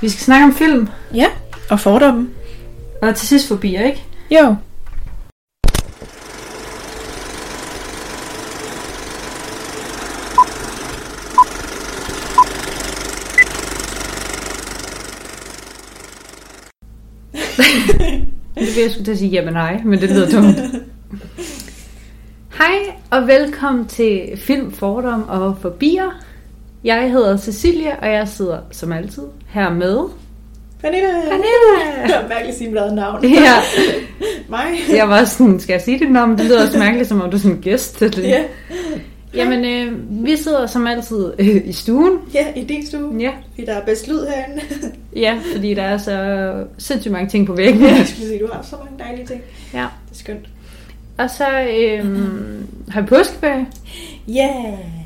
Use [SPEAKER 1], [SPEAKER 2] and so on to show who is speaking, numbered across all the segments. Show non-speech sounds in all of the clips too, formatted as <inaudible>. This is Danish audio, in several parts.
[SPEAKER 1] Vi skal snakke om film,
[SPEAKER 2] Ja, og fordomme.
[SPEAKER 1] og til sidst fobier, ikke?
[SPEAKER 2] Jo.
[SPEAKER 1] Det vil jeg skulle til at sige ja, men nej, men det lyder dumt. Hej, og velkommen til Film, Fordom og Fobier. Jeg hedder Cecilia, og jeg sidder som altid her med...
[SPEAKER 2] Pernille. <laughs>
[SPEAKER 1] Pernille!
[SPEAKER 2] Det var mærkeligt at sige mit eget
[SPEAKER 1] <laughs>
[SPEAKER 2] navn.
[SPEAKER 1] Ja,
[SPEAKER 2] <laughs> Mig.
[SPEAKER 1] jeg var sådan, skal jeg sige dit navn? Det lyder også mærkeligt, som om du er sådan en gæst.
[SPEAKER 2] <laughs> Ja,
[SPEAKER 1] Jamen, øh, vi sidder som altid øh, i stuen.
[SPEAKER 2] ja, i din stue.
[SPEAKER 1] Ja,
[SPEAKER 2] Fordi der er bedst lyd
[SPEAKER 1] <laughs>
[SPEAKER 2] herinde.
[SPEAKER 1] ja, fordi der er så sindssygt mange ting på væggen.
[SPEAKER 2] Jeg skulle sige, du har så mange dejlige ting.
[SPEAKER 1] Ja.
[SPEAKER 2] Det er skønt.
[SPEAKER 1] Og så øh, har jeg påskeferie.
[SPEAKER 2] Ja.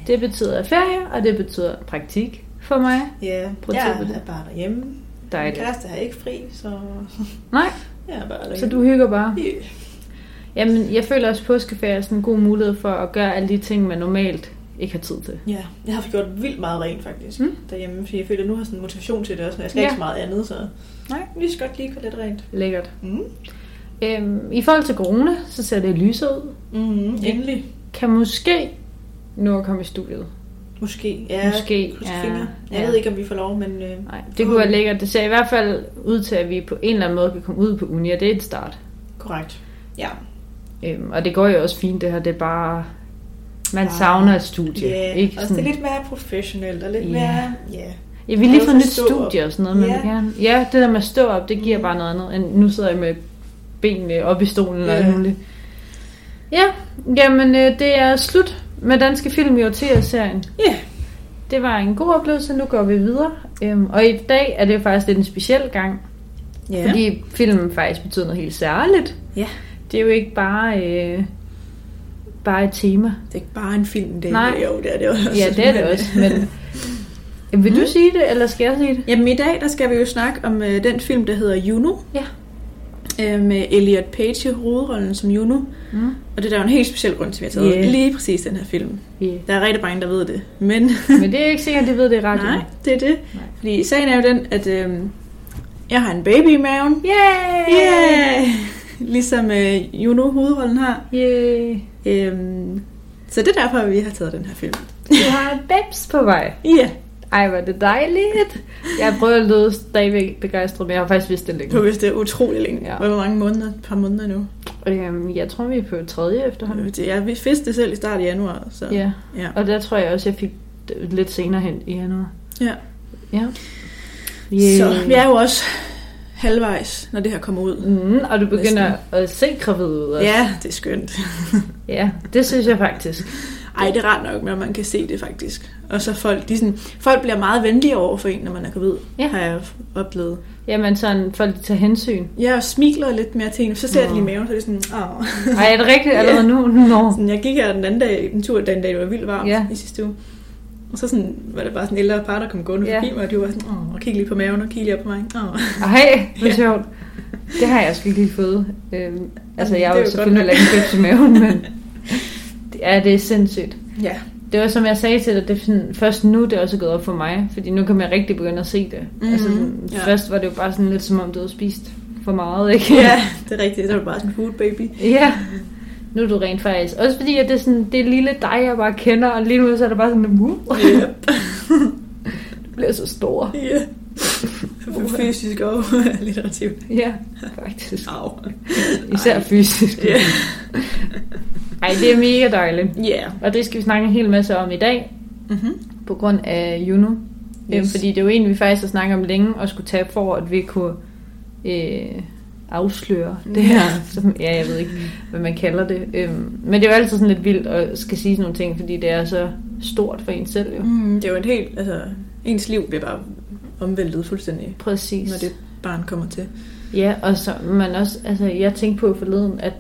[SPEAKER 1] Det betyder ferie, og det betyder praktik for mig.
[SPEAKER 2] Ja,
[SPEAKER 1] Prøv at tænke på
[SPEAKER 2] jeg er bare derhjemme. Min
[SPEAKER 1] Dejligt.
[SPEAKER 2] kæreste har ikke fri, så
[SPEAKER 1] Nej,
[SPEAKER 2] jeg er bare derhjemme.
[SPEAKER 1] så du hygger bare.
[SPEAKER 2] Ja.
[SPEAKER 1] Jamen, jeg føler også, at påskeferie er sådan en god mulighed for at gøre alle de ting, man normalt ikke har tid til.
[SPEAKER 2] Ja, jeg har gjort vildt meget rent faktisk
[SPEAKER 1] Mm.
[SPEAKER 2] mm. derhjemme, fordi jeg føler, at nu har jeg sådan motivation til det også, men jeg skal ja.
[SPEAKER 1] Ja.
[SPEAKER 2] ikke så meget andet, så
[SPEAKER 1] Nej.
[SPEAKER 2] vi skal godt lige gå lidt rent.
[SPEAKER 1] Lækkert.
[SPEAKER 2] Mm.
[SPEAKER 1] Øhm, I forhold til corona, så ser det lysere ud.
[SPEAKER 2] Mm, endelig.
[SPEAKER 1] Kan måske nå at komme i studiet.
[SPEAKER 2] Måske. Ja,
[SPEAKER 1] Måske,
[SPEAKER 2] kryds
[SPEAKER 1] ja.
[SPEAKER 2] fingre. Jeg
[SPEAKER 1] Ja.
[SPEAKER 2] ved ikke, om vi får lov, men... Øh,
[SPEAKER 1] Nej, det kunne være lækkert. Det ser i hvert fald ud til, at vi på en eller anden måde kan komme ud på uni, og det er et start.
[SPEAKER 2] Korrekt. Ja.
[SPEAKER 1] Øhm, og det går jo også fint, det her. Det er bare... Man
[SPEAKER 2] Ah,
[SPEAKER 1] savner et studie.
[SPEAKER 2] Ja,
[SPEAKER 1] ikke
[SPEAKER 2] også det er lidt mere professionelt og lidt
[SPEAKER 1] Ja.
[SPEAKER 2] mere... Ja.
[SPEAKER 1] Ja, vi har lige
[SPEAKER 2] Noget
[SPEAKER 1] fået
[SPEAKER 2] at
[SPEAKER 1] nyt
[SPEAKER 2] stå op.
[SPEAKER 1] studie og sådan noget, men
[SPEAKER 2] Ja. Mm.
[SPEAKER 1] ja. gerne. Ja, det der med at stå op, det giver bare noget andet, end nu sidder jeg med benene op i stolen eller
[SPEAKER 2] Ja.
[SPEAKER 1] alt muligt. Ja, jamen øh, det er slut med Danske Film i årtier-serien.
[SPEAKER 2] Ja.
[SPEAKER 1] Det var en god oplevelse, nu går vi videre. Øhm, og i dag er det faktisk lidt en speciel gang, ja.
[SPEAKER 2] Ja.
[SPEAKER 1] fordi filmen faktisk betyder noget helt særligt.
[SPEAKER 2] Ja.
[SPEAKER 1] Det er jo ikke bare, øh, bare et
[SPEAKER 2] <laughs>
[SPEAKER 1] tema.
[SPEAKER 2] Det er ikke bare en film, det er
[SPEAKER 1] Nej.
[SPEAKER 2] jo, det er det også.
[SPEAKER 1] Ja, det er det også,
[SPEAKER 2] <laughs>
[SPEAKER 1] men vil
[SPEAKER 2] Mm.
[SPEAKER 1] du sige det, eller skal jeg sige det?
[SPEAKER 2] Jamen i dag, der skal vi jo snakke om øh, den film, der hedder Juno.
[SPEAKER 1] Ja.
[SPEAKER 2] Øh, med Elliot Page i hovedrollen som Juno.
[SPEAKER 1] Mm.
[SPEAKER 2] Og det er der jo en helt speciel grund til, at vi har taget
[SPEAKER 1] Ja.
[SPEAKER 2] lige præcis den her film.
[SPEAKER 1] Yeah.
[SPEAKER 2] Der er rigtig mange, der ved det. Men
[SPEAKER 1] Men det er ikke sikkert, at de ved det i radioen.
[SPEAKER 2] nej, det er det.
[SPEAKER 1] Nej.
[SPEAKER 2] Fordi sagen er jo den, at øh, jeg har en baby i maven.
[SPEAKER 1] Yay!
[SPEAKER 2] Yeah! Ligesom øh, Juno hovedrollen har.
[SPEAKER 1] Yay!
[SPEAKER 2] Øhm, så det er derfor, at vi har taget den her film.
[SPEAKER 1] Du har en babs på vej.
[SPEAKER 2] Ja,
[SPEAKER 1] Ej, hvor er det dejligt. Jeg prøver at lyde stadigvæk begejstret, men jeg har faktisk vidst det
[SPEAKER 2] du har
[SPEAKER 1] længe.
[SPEAKER 2] vidst det er utrolig længe.
[SPEAKER 1] Ja.
[SPEAKER 2] Ja. Hvor mange måneder? Et par måneder nu. Øh,
[SPEAKER 1] Øhm, jeg tror, vi er på tredje efterhånden.
[SPEAKER 2] Det- Jeg vidste det selv i start af januar. Så.
[SPEAKER 1] Ja,
[SPEAKER 2] Ja.
[SPEAKER 1] og der tror jeg også, jeg fik det lidt senere hen i januar.
[SPEAKER 2] Ja.
[SPEAKER 1] Ja.
[SPEAKER 2] Så vi er jo også halvvejs, når det her kommer ud.
[SPEAKER 1] Mm, og du begynder at se gravid ud også.
[SPEAKER 2] Ja, det er skønt.
[SPEAKER 1] ja, det synes jeg faktisk.
[SPEAKER 2] Ej, det er rart nok, når man kan se det faktisk. Og så folk, de er sådan, folk bliver meget venlige over for en, når man er gravid,
[SPEAKER 1] Ja.
[SPEAKER 2] har jeg oplevet.
[SPEAKER 1] Jamen sådan, folk tager hensyn.
[SPEAKER 2] Jeg smiler lidt mere til en, så ser jeg
[SPEAKER 1] Nå.
[SPEAKER 2] det lige i maven, så er det sådan, åh.
[SPEAKER 1] Ej, er det rigtigt allerede nu? Nå.
[SPEAKER 2] Sådan, jeg gik her den anden dag, en tur den dag, det var vildt varmt
[SPEAKER 1] Ja.
[SPEAKER 2] ja. i sidste uge. Og så sådan, var der bare sådan en ældre par, der kom gående
[SPEAKER 1] Ja.
[SPEAKER 2] ja. forbi mig, og de var sådan, åh, og kig lige på maven, og kig lige op på mig. Åh.
[SPEAKER 1] Ej, hvor sjovt. Det har jeg sgu ikke lige fået. Øhm, altså,
[SPEAKER 2] det
[SPEAKER 1] jeg
[SPEAKER 2] er
[SPEAKER 1] har jo
[SPEAKER 2] jo
[SPEAKER 1] selvfølgelig
[SPEAKER 2] godt.
[SPEAKER 1] heller ikke en bøbs i maven, men det, <laughs> ja, det er sindssygt.
[SPEAKER 2] Ja.
[SPEAKER 1] Det var som jeg sagde til dig, det er sådan, først nu det er også gået op for mig, fordi nu kan jeg rigtig begynde at se det. Mm-hmm. Altså, sådan,
[SPEAKER 2] Ja.
[SPEAKER 1] først var det jo bare sådan lidt som om, du havde spist for meget, ikke?
[SPEAKER 2] ja, det er rigtigt. Det var bare sådan food baby.
[SPEAKER 1] <laughs> ja. Nu er du rent faktisk. Også fordi, at det er sådan, det er lille dig, jeg bare kender, og lige nu så er det bare sådan, uh,
[SPEAKER 2] Yep.
[SPEAKER 1] du bliver så stor.
[SPEAKER 2] Ja. Fysisk og <laughs> litterativt.
[SPEAKER 1] Ja, faktisk.
[SPEAKER 2] Au.
[SPEAKER 1] Især
[SPEAKER 2] Ej.
[SPEAKER 1] fysisk.
[SPEAKER 2] Ja.
[SPEAKER 1] Ej, det er mega dejligt.
[SPEAKER 2] Ja.
[SPEAKER 1] Og det skal vi snakke en hel masse om i dag,
[SPEAKER 2] Mhm.
[SPEAKER 1] på grund af Juno. Yes.
[SPEAKER 2] Yes.
[SPEAKER 1] Fordi det er jo en, vi faktisk har snakket om længe, og skulle tage for, at vi kunne øh, afsløre det her. Som, ja, jeg ved ikke, hvad man kalder det. Øhm, men det er jo altid sådan lidt vildt at skal sige sådan nogle ting, fordi det er så stort for en selv jo.
[SPEAKER 2] Mm, det er jo et helt, altså, ens liv bliver bare omvæltet fuldstændig,
[SPEAKER 1] Præcis.
[SPEAKER 2] når det barn kommer til.
[SPEAKER 1] Ja, og så, men også, altså, jeg tænkte på forleden, at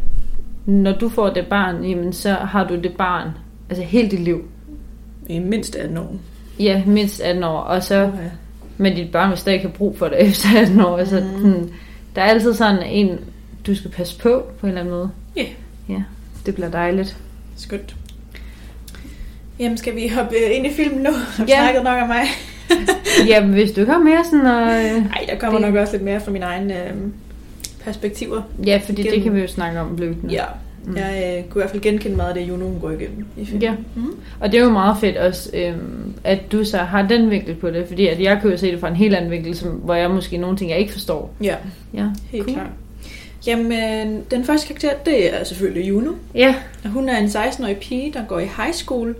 [SPEAKER 1] når du får det barn, jamen, så har du det barn, altså helt dit liv.
[SPEAKER 2] I mindst 18 år.
[SPEAKER 1] Ja, mindst 18 år, og så...
[SPEAKER 2] Åh, ja.
[SPEAKER 1] Men dit barn vil stadig have brug for det <laughs> efter 18 år. Altså,
[SPEAKER 2] Mhm.
[SPEAKER 1] mm. sådan, der er altid sådan en, du skal passe på på en eller anden måde.
[SPEAKER 2] Ja.
[SPEAKER 1] Ja, det bliver dejligt.
[SPEAKER 2] Skønt. Jamen, skal vi hoppe øh, ind i filmen nu? Har du
[SPEAKER 1] Ja.
[SPEAKER 2] snakket nok om mig?
[SPEAKER 1] ja, hvis du kommer mere sådan og... Øh,
[SPEAKER 2] Nej, der kommer
[SPEAKER 1] Det-
[SPEAKER 2] nok også lidt mere fra mine egne øh, perspektiver.
[SPEAKER 1] ja, fordi det
[SPEAKER 2] Gennem-
[SPEAKER 1] kan vi jo snakke om løbende.
[SPEAKER 2] Ja,
[SPEAKER 1] Mm.
[SPEAKER 2] jeg øh, kunne i hvert fald genkende meget af det, Juno hun går igennem i filmen.
[SPEAKER 1] Ja.
[SPEAKER 2] Mm.
[SPEAKER 1] Og det er jo meget fedt også, øhm, at du så har den vinkel på det, fordi at jeg kan jo se det fra en helt anden vinkel, som, hvor jeg måske nogle ting, jeg ikke forstår.
[SPEAKER 2] ja
[SPEAKER 1] Ja,
[SPEAKER 2] helt cool. klart. Jamen, øh, den første karakter, det er selvfølgelig Juno.
[SPEAKER 1] Ja,
[SPEAKER 2] Og Hun er en 16-årig pige, der går i high school,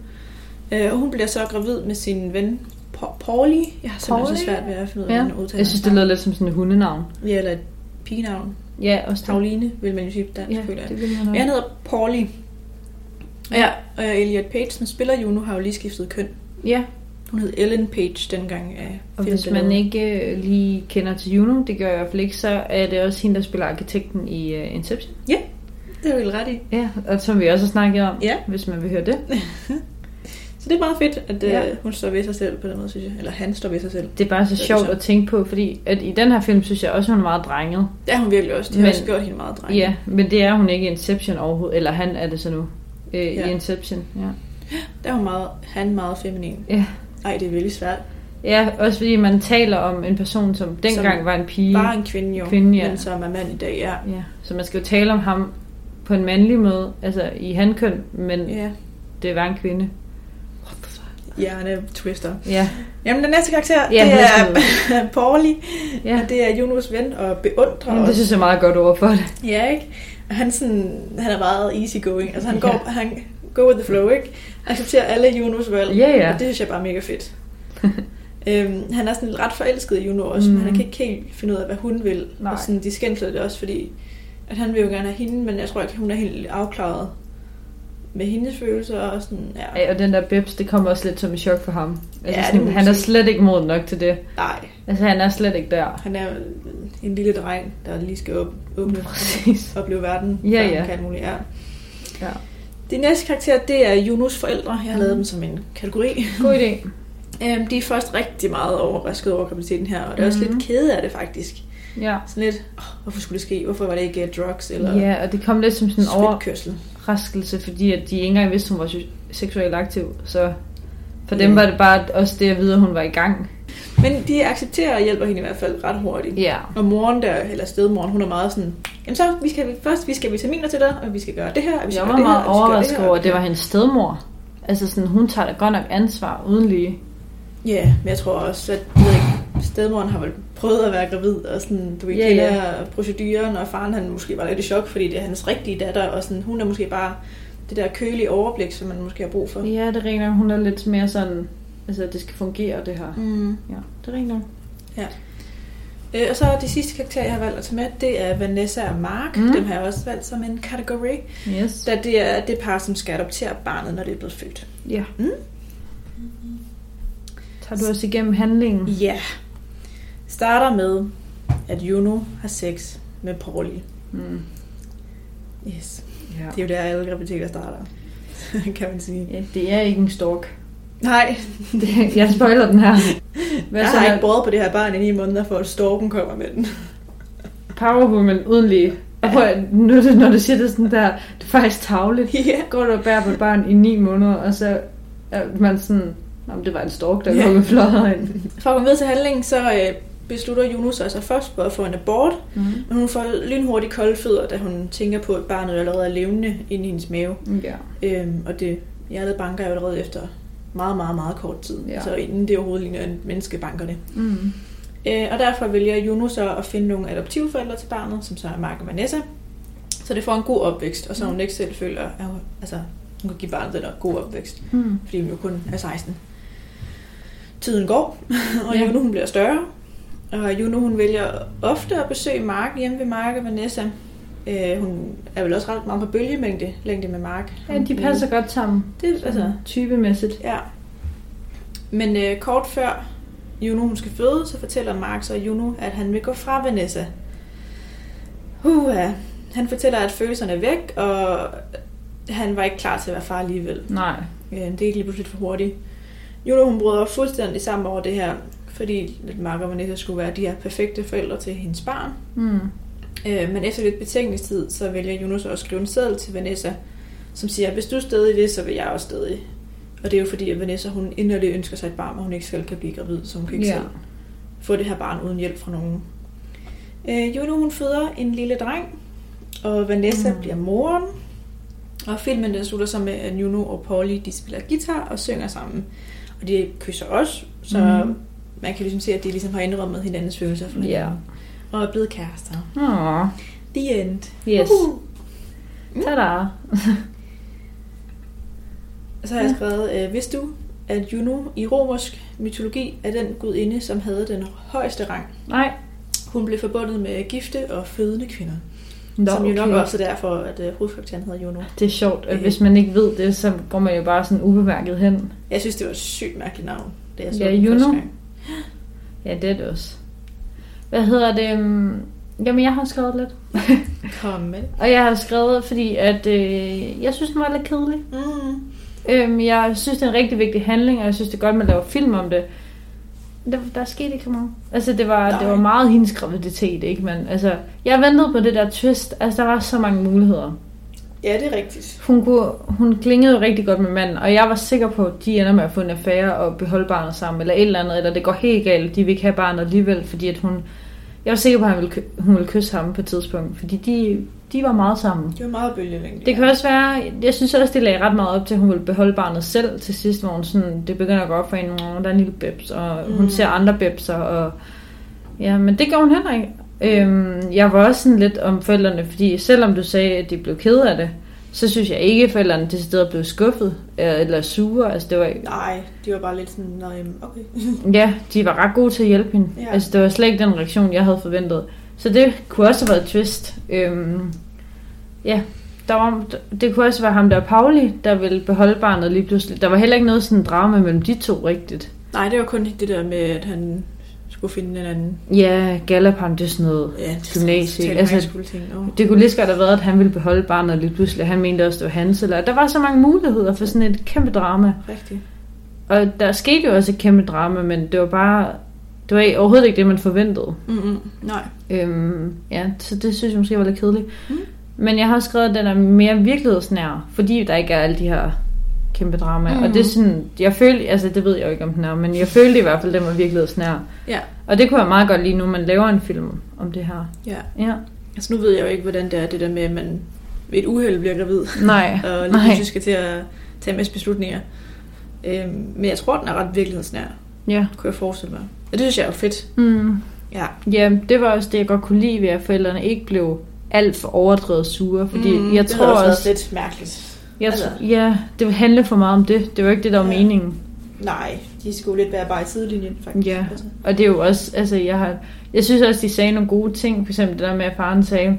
[SPEAKER 2] øh, og hun bliver så gravid med sin ven Pa- Pauli. Jeg har simpelthen så
[SPEAKER 1] Pauli?
[SPEAKER 2] svært ved at finde ud af,
[SPEAKER 1] ja.
[SPEAKER 2] hvordan man udtaler
[SPEAKER 1] jeg synes, det lyder lidt som sådan et hundenavn.
[SPEAKER 2] Ja, eller et pigenavn.
[SPEAKER 1] Ja, også det.
[SPEAKER 2] Pauline, vil man jo sige på dansk,
[SPEAKER 1] Ja,
[SPEAKER 2] føler jeg.
[SPEAKER 1] det vil jeg
[SPEAKER 2] Men han
[SPEAKER 1] nok.
[SPEAKER 2] hedder Pauli. Mm. Ja, og Elliot Page, som spiller Juno, har jo lige skiftet køn.
[SPEAKER 1] Ja,
[SPEAKER 2] Hun hed Ellen Page dengang. Af
[SPEAKER 1] og hvis man ikke øh, lige kender til Juno, det gør jeg i hvert fald ikke, så er det også hende, der spiller arkitekten i øh, Inception.
[SPEAKER 2] Det er vel ret i.
[SPEAKER 1] Ja, og som vi også har snakket om,
[SPEAKER 2] Ja.
[SPEAKER 1] hvis man vil høre <laughs> det.
[SPEAKER 2] Så det er meget fedt, at
[SPEAKER 1] Ja.
[SPEAKER 2] ja. øh, hun står ved sig selv på den måde, synes jeg. Eller han står ved sig selv.
[SPEAKER 1] Det er bare så
[SPEAKER 2] Det er
[SPEAKER 1] sjovt
[SPEAKER 2] så.
[SPEAKER 1] at tænke på, fordi at i den her film synes jeg også, hun er meget drenget.
[SPEAKER 2] Det er hun virkelig også. De har
[SPEAKER 1] Men-
[SPEAKER 2] også gjort hende meget dreng.
[SPEAKER 1] Ja, men det er hun ikke i Inception overhovedet, eller han er det så nu. Øh,
[SPEAKER 2] Ja.
[SPEAKER 1] I Inception, ja.
[SPEAKER 2] Der er hun meget, han meget feminin.
[SPEAKER 1] Ja.
[SPEAKER 2] Ej, det er virkelig svært.
[SPEAKER 1] Ja, også fordi man taler om en person, som dengang
[SPEAKER 2] Som
[SPEAKER 1] var en pige.
[SPEAKER 2] Bare en kvinde jo,
[SPEAKER 1] Kvinde, ja.
[SPEAKER 2] men som er mand i dag, ja.
[SPEAKER 1] Ja, så man skal jo tale om ham på en mandlig måde, altså i handkøn, men
[SPEAKER 2] Ja,
[SPEAKER 1] det var en kvinde. What the fuck?
[SPEAKER 2] hjerne twister.
[SPEAKER 1] Ja,
[SPEAKER 2] Jamen, den næste karakter,
[SPEAKER 1] Ja,
[SPEAKER 2] ja, det
[SPEAKER 1] hun er
[SPEAKER 2] <laughs> er Pauli,
[SPEAKER 1] ja.
[SPEAKER 2] ja. og det er Junos ven og beundrer
[SPEAKER 1] Jamen,
[SPEAKER 2] også.
[SPEAKER 1] det synes jeg er meget godt ord for det.
[SPEAKER 2] Ja, ikke? Og han, er sådan, han er meget easygoing. Altså, han
[SPEAKER 1] Ja.
[SPEAKER 2] går, han go with the flow, ikke? Accepterer alle Junos valg.
[SPEAKER 1] Ja, ja.
[SPEAKER 2] Og det synes jeg bare er mega
[SPEAKER 1] <laughs>
[SPEAKER 2] fedt. øhm, han er sådan ret forelsket i Juno også, mm.
[SPEAKER 1] Mhm.
[SPEAKER 2] men han kan ikke helt finde ud af, hvad hun vil.
[SPEAKER 1] Nej.
[SPEAKER 2] Og sådan, de skændsler det også, fordi at han vil jo gerne have hende, men jeg tror ikke, hun er helt afklaret med hendes følelser og sådan, ja,
[SPEAKER 1] Ja, og den der bebs, det kommer også lidt som et chok for ham. Altså,
[SPEAKER 2] Ja,
[SPEAKER 1] sådan,
[SPEAKER 2] det må man
[SPEAKER 1] han er
[SPEAKER 2] sige.
[SPEAKER 1] slet ikke moden nok til det.
[SPEAKER 2] nej.
[SPEAKER 1] Altså, han er slet ikke der. <laughs>
[SPEAKER 2] Han er en lille dreng, der lige skal åb- åbne
[SPEAKER 1] Præcis.
[SPEAKER 2] opleve verden.
[SPEAKER 1] Ja,
[SPEAKER 2] før han
[SPEAKER 1] ja.
[SPEAKER 2] Kan alt muligt, ja.
[SPEAKER 1] Ja.
[SPEAKER 2] Det næste karakter, det er Junos forældre. Jeg har lavet
[SPEAKER 1] Mhm.
[SPEAKER 2] dem som en kategori.
[SPEAKER 1] God idé.
[SPEAKER 2] Øhm, de er først rigtig meget overrasket over graviditeten her, og det er også
[SPEAKER 1] Mhm.
[SPEAKER 2] lidt kede af det faktisk.
[SPEAKER 1] Ja.
[SPEAKER 2] Sådan lidt, oh, hvorfor skulle det ske? Hvorfor var det ikke øh, drugs eller yeah,
[SPEAKER 1] Ja, og det kom lidt som sådan en over,
[SPEAKER 2] spritkørsel?
[SPEAKER 1] overraskelse, fordi at de ikke engang vidste, hun var sy- seksuelt aktiv. Så for
[SPEAKER 2] Ja.
[SPEAKER 1] dem var det bare også det at vide, at hun var i gang.
[SPEAKER 2] Men de accepterer og hjælper hende i hvert fald ret hurtigt.
[SPEAKER 1] Ja.
[SPEAKER 2] Og moren der, eller stedmoren, hun er meget sådan, jamen så, vi skal, først vi skal have vitaminer til dig, og vi skal gøre det her, og vi skal
[SPEAKER 1] Jeg
[SPEAKER 2] gøre
[SPEAKER 1] var
[SPEAKER 2] det
[SPEAKER 1] meget
[SPEAKER 2] her, og vi skal
[SPEAKER 1] overrasket
[SPEAKER 2] gøre her."
[SPEAKER 1] over, at det var hendes stedmor. Altså sådan, hun tager da godt nok ansvar uden lige.
[SPEAKER 2] Ja, yeah, men jeg tror også, at jeg ved ikke, stedmoren har vel prøvet at være gravid, og sådan, du ved,
[SPEAKER 1] Ja,
[SPEAKER 2] yeah, kender yeah. proceduren, og faren han måske var lidt i chok, fordi det er hans rigtige datter, og sådan, hun er måske bare det der kølige overblik, som man måske har brug for.
[SPEAKER 1] Ja, det ringer. Hun er lidt mere sådan, altså det skal fungere det her.
[SPEAKER 2] Mm.
[SPEAKER 1] Ja, det ringer.
[SPEAKER 2] Øh, og så det sidste karakter, jeg har valgt at tage med, det er Vanessa og Mark.
[SPEAKER 1] Mm.
[SPEAKER 2] Mm. Dem har jeg også valgt som en kategori,
[SPEAKER 1] Yes.
[SPEAKER 2] da det er det par, som skal adoptere barnet, når det er blevet født.
[SPEAKER 1] Ja.
[SPEAKER 2] Mm.
[SPEAKER 1] Tager du os igennem handlingen?
[SPEAKER 2] Ja. Yeah. Starter med, at Juno har sex med Pauli.
[SPEAKER 1] Mm.
[SPEAKER 2] Yes.
[SPEAKER 1] Ja.
[SPEAKER 2] Det er jo der, alle graviditeter starter, <laughs> kan man sige.
[SPEAKER 1] ja. Det er ikke en stork.
[SPEAKER 2] Nej,
[SPEAKER 1] <laughs> Det- jeg spoiler den <laughs> her. Hvad
[SPEAKER 2] jeg
[SPEAKER 1] så,
[SPEAKER 2] har ikke
[SPEAKER 1] når-
[SPEAKER 2] båret på det her barn i ni måneder, for at storken kommer med den. <laughs>
[SPEAKER 1] Powerwoman uden lige. Og prøv, at- nu, er det- når du siger det sådan der, det er faktisk tavligt.
[SPEAKER 2] ja.
[SPEAKER 1] Går du og bærer på et barn i ni måneder, og så er man sådan, om det var en stork, der
[SPEAKER 2] Ja.
[SPEAKER 1] kom med fløjet ind.
[SPEAKER 2] For at komme videre til handlingen, så øh, beslutter Juno sig altså først for at få en abort,
[SPEAKER 1] Mm.
[SPEAKER 2] men hun får lynhurtigt kolde fødder, da hun tænker på, at barnet allerede er levende inde i hendes mave.
[SPEAKER 1] Mm. Ja.
[SPEAKER 2] Øhm, og det hjertet banker jo allerede efter meget, meget, meget kort tid.
[SPEAKER 1] Ja.
[SPEAKER 2] Ja. Så inden det overhovedet ligner en menneske, banker det.
[SPEAKER 1] Mm.
[SPEAKER 2] Øh, og derfor vælger Juno så at finde nogle adoptivforældre til barnet, som så er Mark og Vanessa. Så det får en god opvækst, og så hun ikke selv føler, at hun, altså, hun kan give barnet den god opvækst.
[SPEAKER 1] Mm.
[SPEAKER 2] fordi hun jo kun er 16. Tiden går, <laughs> og
[SPEAKER 1] Ja.
[SPEAKER 2] ja. Juno hun bliver større. Og Juno hun vælger ofte at besøge Mark hjemme ved Mark og Vanessa. Øh, hun er vel også ret meget på bølgemængde længde med Mark.
[SPEAKER 1] Ja, de passer godt sammen.
[SPEAKER 2] Det, altså,
[SPEAKER 1] Typemæssigt.
[SPEAKER 2] ja. Men øh, kort før Juno hun skal føde, så fortæller Mark så Juno, at han vil gå fra Vanessa. Huha. Han fortæller, at følelserne er væk, og han var ikke klar til at være far alligevel.
[SPEAKER 1] Nej.
[SPEAKER 2] Øh, det gik lige pludselig for hurtigt. Juno, hun bryder fuldstændig sammen over det her, fordi at Mark og Vanessa skulle være de her perfekte forældre til hendes barn.
[SPEAKER 1] Mm.
[SPEAKER 2] Øh, men efter lidt betænkningstid, så vælger Juno så at skrive en seddel til Vanessa, som siger, hvis du er stedig i det, så vil jeg også stedig. Og det er jo fordi, at Vanessa hun inderligt ønsker sig et barn, og hun ikke selv kan blive gravid, så hun kan ikke
[SPEAKER 1] Ja.
[SPEAKER 2] ja. selv få det her barn uden hjælp fra nogen. Øh, Juno hun føder en lille dreng, og Vanessa
[SPEAKER 1] Mm.
[SPEAKER 2] mm. bliver moren. Og filmen den slutter så med, at Juno og Polly de spiller guitar og synger sammen. Og de kysser også, så
[SPEAKER 1] Mhm.
[SPEAKER 2] mm. man kan ligesom se, at de ligesom har indrømmet hinandens følelser for
[SPEAKER 1] Ja.
[SPEAKER 2] og er blevet kærester.
[SPEAKER 1] Åh,
[SPEAKER 2] The end.
[SPEAKER 1] yes.
[SPEAKER 2] Uhuh.
[SPEAKER 1] Tada.
[SPEAKER 2] Og så har jeg skrevet, øh, vidste du, at Juno i romersk mytologi er den gudinde, som havde den højeste rang?
[SPEAKER 1] Nej.
[SPEAKER 2] Hun blev forbundet med gifte og fødende kvinder.
[SPEAKER 1] Nå,
[SPEAKER 2] Nå, som jo nok
[SPEAKER 1] okay.
[SPEAKER 2] også er derfor, at øh, hovedkarakteren hedder Juno.
[SPEAKER 1] Det er sjovt, at
[SPEAKER 2] Øh.
[SPEAKER 1] hvis man ikke ved det, så går man jo bare sådan ubemærket hen.
[SPEAKER 2] Jeg synes, det var et sygt mærkeligt navn, da jeg så
[SPEAKER 1] Ja,
[SPEAKER 2] den første
[SPEAKER 1] Juno.
[SPEAKER 2] gang.
[SPEAKER 1] Ja, det er det også. Hvad hedder det? øhm, Jamen, jeg har skrevet lidt.
[SPEAKER 2] Kom med.
[SPEAKER 1] Og jeg har skrevet, fordi at, øh, jeg synes, den var lidt kedelig.
[SPEAKER 2] Mm.
[SPEAKER 1] Øhm, jeg synes, det er en rigtig vigtig handling, og jeg synes, det er godt, man laver film om det. Der, der skete ikke så meget. Altså, det var,
[SPEAKER 2] Nej.
[SPEAKER 1] det var meget hendes graviditet, ikke? Men, altså, jeg ventede på det der twist. Altså, der var så mange muligheder.
[SPEAKER 2] Ja, det er rigtigt.
[SPEAKER 1] Hun, kunne, hun klingede jo rigtig godt med manden, og jeg var sikker på, at de ender med at få en affære og beholde barnet sammen, eller et eller andet, eller det går helt galt, de vil ikke have barnet alligevel, fordi at hun... Jeg var sikker på, at han ville, kø- hun ville kysse ham på et tidspunkt, fordi de, de var meget sammen.
[SPEAKER 2] Det var meget bølgelængde.
[SPEAKER 1] Det kan også være, jeg synes også, det lagde ret meget op til, at hun ville beholde barnet selv til sidst, hvor hun sådan, det begynder at gå op for hende, "Åh, der er en lille bebs, og mm. hun
[SPEAKER 2] Mm.
[SPEAKER 1] ser andre bebser, og ja, men det gør hun heller ikke. Øhm, jeg var også sådan lidt om forældrene, fordi selvom du sagde, at de blev ked af det, så synes jeg ikke, at forældrene til stedet blev skuffet, øh, eller sure, altså det var
[SPEAKER 2] Nej, de var bare lidt sådan, nej, jamen, okay. <laughs>
[SPEAKER 1] Ja, de var ret gode til at hjælpe hende. Ja.
[SPEAKER 2] Ja.
[SPEAKER 1] Altså, det var slet ikke den reaktion, jeg havde forventet. Så det kunne også have været et twist. Øhm, ja, der var, det kunne også være ham der Pauli, der ville beholde barnet lige pludselig. Der var heller ikke noget sådan drama mellem de to rigtigt.
[SPEAKER 2] nej, det var kun det der med, at han skulle finde en anden
[SPEAKER 1] Ja, Galapam, det er sådan noget.
[SPEAKER 2] ja, det er
[SPEAKER 1] Gymnasie,
[SPEAKER 2] sådan en
[SPEAKER 1] altså-
[SPEAKER 2] totalt ting. Oh.
[SPEAKER 1] Det kunne lige så godt have været, at han ville beholde barnet og lige pludselig. Han mente også, det var hans. Eller, der var så mange muligheder for sådan et kæmpe drama.
[SPEAKER 2] Rigtigt.
[SPEAKER 1] Og der skete jo også et kæmpe drama, men det var bare... Det var overhovedet ikke det, man forventede.
[SPEAKER 2] Mm-mm. Nej.
[SPEAKER 1] Øhm, ja, så det synes jeg måske var lidt kedeligt. Mm.
[SPEAKER 2] Mm.
[SPEAKER 1] Men jeg har også skrevet, at den er mere virkelighedsnær, fordi der ikke er alle de her kæmpe drama. Mm.
[SPEAKER 2] Mm.
[SPEAKER 1] Og det er sådan, jeg følte, altså det ved jeg jo ikke, om den er, men jeg følte i hvert fald, at den var virkelighedsnær.
[SPEAKER 2] Ja.
[SPEAKER 1] Og det kunne jeg meget godt lide nu, man laver en film om det her.
[SPEAKER 2] Ja.
[SPEAKER 1] Ja,
[SPEAKER 2] Altså nu ved jeg jo ikke, hvordan det er det der med, at man ved et uheld bliver gravid,
[SPEAKER 1] nej,
[SPEAKER 2] og lige
[SPEAKER 1] Nej.
[SPEAKER 2] pludselig skal til at tage en masse beslutninger. Øhm, men jeg tror, den er ret virkelighedsnær,
[SPEAKER 1] ja.
[SPEAKER 2] kunne jeg forestille mig. Og det synes jeg er fedt.
[SPEAKER 1] Mm.
[SPEAKER 2] Ja.
[SPEAKER 1] Ja, det var også det, jeg godt kunne lide ved, at forældrene ikke blev alt for overdrevet sure, fordi mm, jeg
[SPEAKER 2] det
[SPEAKER 1] tror
[SPEAKER 2] har
[SPEAKER 1] også,
[SPEAKER 2] været lidt mærkeligt.
[SPEAKER 1] jeg,
[SPEAKER 2] altså.
[SPEAKER 1] tr- ja, det handlede for meget om det. Det var ikke det, der var
[SPEAKER 2] Ja.
[SPEAKER 1] meningen.
[SPEAKER 2] Nej, de skulle lidt være bare i sidelinjen, faktisk.
[SPEAKER 1] Ja.
[SPEAKER 2] Altså.
[SPEAKER 1] Og det er jo også, altså jeg har, jeg synes også, de sagde nogle gode ting, for eksempel det der med, at faren sagde,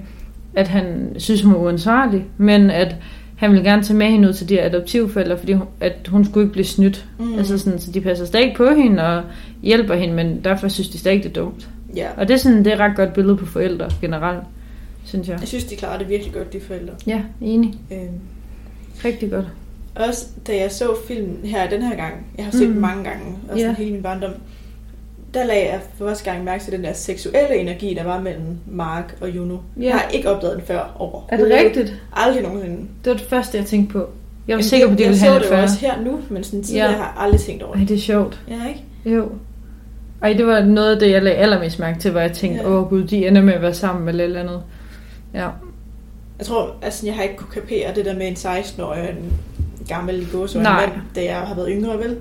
[SPEAKER 1] at han synes, hun var uansvarlig, men at han ville gerne tage med hende ud til de her adoptivforældre, fordi hun, at hun skulle ikke blive snydt. Mm.
[SPEAKER 2] Mm.
[SPEAKER 1] Altså sådan, så de passer stadig på hende og hjælper hende, men derfor synes de stadig, det er dumt.
[SPEAKER 2] ja.
[SPEAKER 1] Og det er sådan, det er et ret godt billede på forældre generelt, synes jeg.
[SPEAKER 2] Jeg synes, de klarer det virkelig godt, de forældre.
[SPEAKER 1] Ja, enig.
[SPEAKER 2] Øhm.
[SPEAKER 1] Rigtig godt.
[SPEAKER 2] Også da jeg så filmen her den her gang, jeg har set
[SPEAKER 1] Mm.
[SPEAKER 2] den mange gange, også
[SPEAKER 1] Ja.
[SPEAKER 2] yeah. hele min barndom, der lagde jeg for første gang mærke til den der seksuelle energi, der var mellem Mark og Juno.
[SPEAKER 1] Ja.
[SPEAKER 2] Yeah. Jeg har ikke opdaget den før over.
[SPEAKER 1] Er det rigtigt?
[SPEAKER 2] Aldrig nogensinde.
[SPEAKER 1] Det var det første, jeg tænkte på. Jeg var
[SPEAKER 2] Jamen,
[SPEAKER 1] sikker på, at de
[SPEAKER 2] jeg
[SPEAKER 1] ville
[SPEAKER 2] så
[SPEAKER 1] have en
[SPEAKER 2] det jo
[SPEAKER 1] affære.
[SPEAKER 2] også her nu, men sådan tidligere
[SPEAKER 1] Ja.
[SPEAKER 2] ja. har jeg aldrig tænkt over
[SPEAKER 1] Ej,
[SPEAKER 2] det.
[SPEAKER 1] det er sjovt.
[SPEAKER 2] Ja, ikke?
[SPEAKER 1] Jo. Ej, det var noget af det, jeg lagde allermest mærke til, hvor jeg tænkte, åh
[SPEAKER 2] Ja.
[SPEAKER 1] ja. oh, gud, de ender med at være sammen eller et eller andet. Ja.
[SPEAKER 2] Jeg tror, altså, jeg har ikke kunne kapere det der med en 16-årig og en gammel gåsøj
[SPEAKER 1] Nej.
[SPEAKER 2] mand, da jeg har været yngre, vel?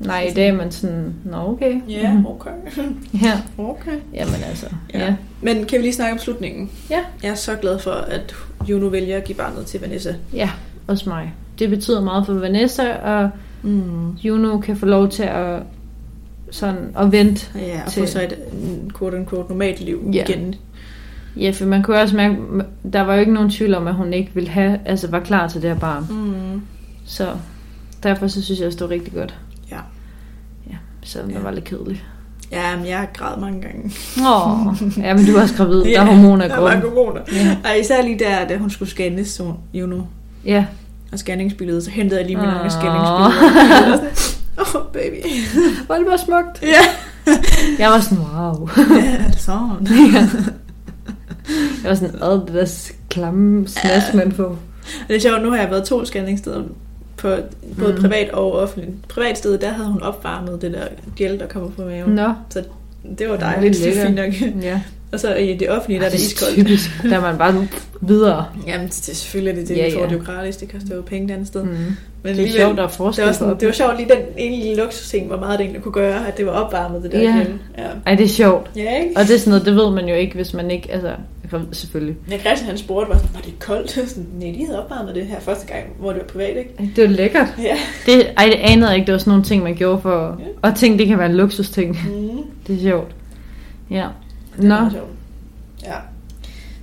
[SPEAKER 1] Nej, i dag er man sådan, nå okay.
[SPEAKER 2] Ja,
[SPEAKER 1] Mhm.
[SPEAKER 2] okay.
[SPEAKER 1] ja.
[SPEAKER 2] <laughs> okay.
[SPEAKER 1] Jamen altså, ja.
[SPEAKER 2] Ja.
[SPEAKER 1] ja.
[SPEAKER 2] Men kan vi lige snakke om slutningen?
[SPEAKER 1] Ja.
[SPEAKER 2] Jeg er så glad for, at Juno vælger at give barnet til Vanessa.
[SPEAKER 1] Ja, også mig. Det betyder meget for Vanessa, og
[SPEAKER 2] Mm.
[SPEAKER 1] Juno kan få lov til at, sådan, at vente.
[SPEAKER 2] Ja, og
[SPEAKER 1] Til-
[SPEAKER 2] få så et mm, quote unquote normalt liv
[SPEAKER 1] Ja.
[SPEAKER 2] ja. igen.
[SPEAKER 1] Ja, for man kunne også mærke, der var jo ikke nogen tvivl om, at hun ikke ville have, altså var klar til det her barn.
[SPEAKER 2] Mm.
[SPEAKER 1] Så derfor så synes jeg også, det var rigtig godt.
[SPEAKER 2] Ja.
[SPEAKER 1] Ja, selvom ja.
[SPEAKER 2] Ja.
[SPEAKER 1] det var lidt kedeligt.
[SPEAKER 2] Ja, men jeg har grædt mange gange.
[SPEAKER 1] <laughs> Åh, ja, men du er også
[SPEAKER 2] <laughs>
[SPEAKER 1] gravid. Der er hormoner i
[SPEAKER 2] Der var
[SPEAKER 1] grunden.
[SPEAKER 2] hormoner.
[SPEAKER 1] Ja.
[SPEAKER 2] Og især lige der, da hun skulle scannes, så hun, Juno,
[SPEAKER 1] Ja,
[SPEAKER 2] og scanningsbilledet, så hentede jeg lige min
[SPEAKER 1] Åh.
[SPEAKER 2] egne scanningsbilleder. <laughs> Åh,
[SPEAKER 1] <laughs>
[SPEAKER 2] oh, baby.
[SPEAKER 1] var det bare smukt.
[SPEAKER 2] Ja,
[SPEAKER 1] Jeg var sådan, wow.
[SPEAKER 2] ja er det
[SPEAKER 1] <laughs>
[SPEAKER 2] sådan?
[SPEAKER 1] Jeg var sådan, ad det der s- klamme snask, man får.
[SPEAKER 2] Det er sjovt, nu har jeg været to scanningssteder på både
[SPEAKER 1] Mm.
[SPEAKER 2] mm. privat og offentligt. Privat sted, der havde hun opvarmet det der gel, der kommer på maven.
[SPEAKER 1] Nå,
[SPEAKER 2] Det var
[SPEAKER 1] Det er
[SPEAKER 2] dejligt, det er
[SPEAKER 1] lækkert.
[SPEAKER 2] fint nok. <laughs>
[SPEAKER 1] ja.
[SPEAKER 2] Og så i det offentlige, der er det iskoldt.
[SPEAKER 1] Typisk, der er man bare nu videre.
[SPEAKER 2] Jamen, det, det- selvfølgelig er det det,
[SPEAKER 1] Ja,
[SPEAKER 2] ja, vi får.
[SPEAKER 1] ja.
[SPEAKER 2] Det er jo gratis, det koster jo penge et andet sted.
[SPEAKER 1] Mm.
[SPEAKER 2] Men
[SPEAKER 1] Det er
[SPEAKER 2] alligevel-
[SPEAKER 1] sjovt, der er
[SPEAKER 2] det,
[SPEAKER 1] forskel
[SPEAKER 2] var
[SPEAKER 1] på
[SPEAKER 2] sådan, det var sjovt lige den ene lille luksusting, hvor meget det egentlig kunne gøre, at det var opvarmet, det der
[SPEAKER 1] Ja.
[SPEAKER 2] gel. Ja.
[SPEAKER 1] Ej, det er sjovt.
[SPEAKER 2] ja, ikke?
[SPEAKER 1] Og det er sådan noget, det ved man jo ikke, hvis man ikke... Altså, jeg kom- selvfølgelig.
[SPEAKER 2] Ja, Christian han spurgte, var, sådan, var det koldt? <laughs> Sådan, Nej, de havde opvarmet det her første gang, hvor det var privat, ikke?
[SPEAKER 1] Ej, Det er jo lækkert. <laughs>
[SPEAKER 2] Ja.
[SPEAKER 1] Det, ej, det anede jeg ikke. Det var sådan nogle ting, man gjorde for...
[SPEAKER 2] Ja.
[SPEAKER 1] Og ting, det kan være en luksusting.
[SPEAKER 2] Mm.
[SPEAKER 1] Det er sjovt. Ja.
[SPEAKER 2] Det
[SPEAKER 1] Nå,
[SPEAKER 2] var sjovt. Ja.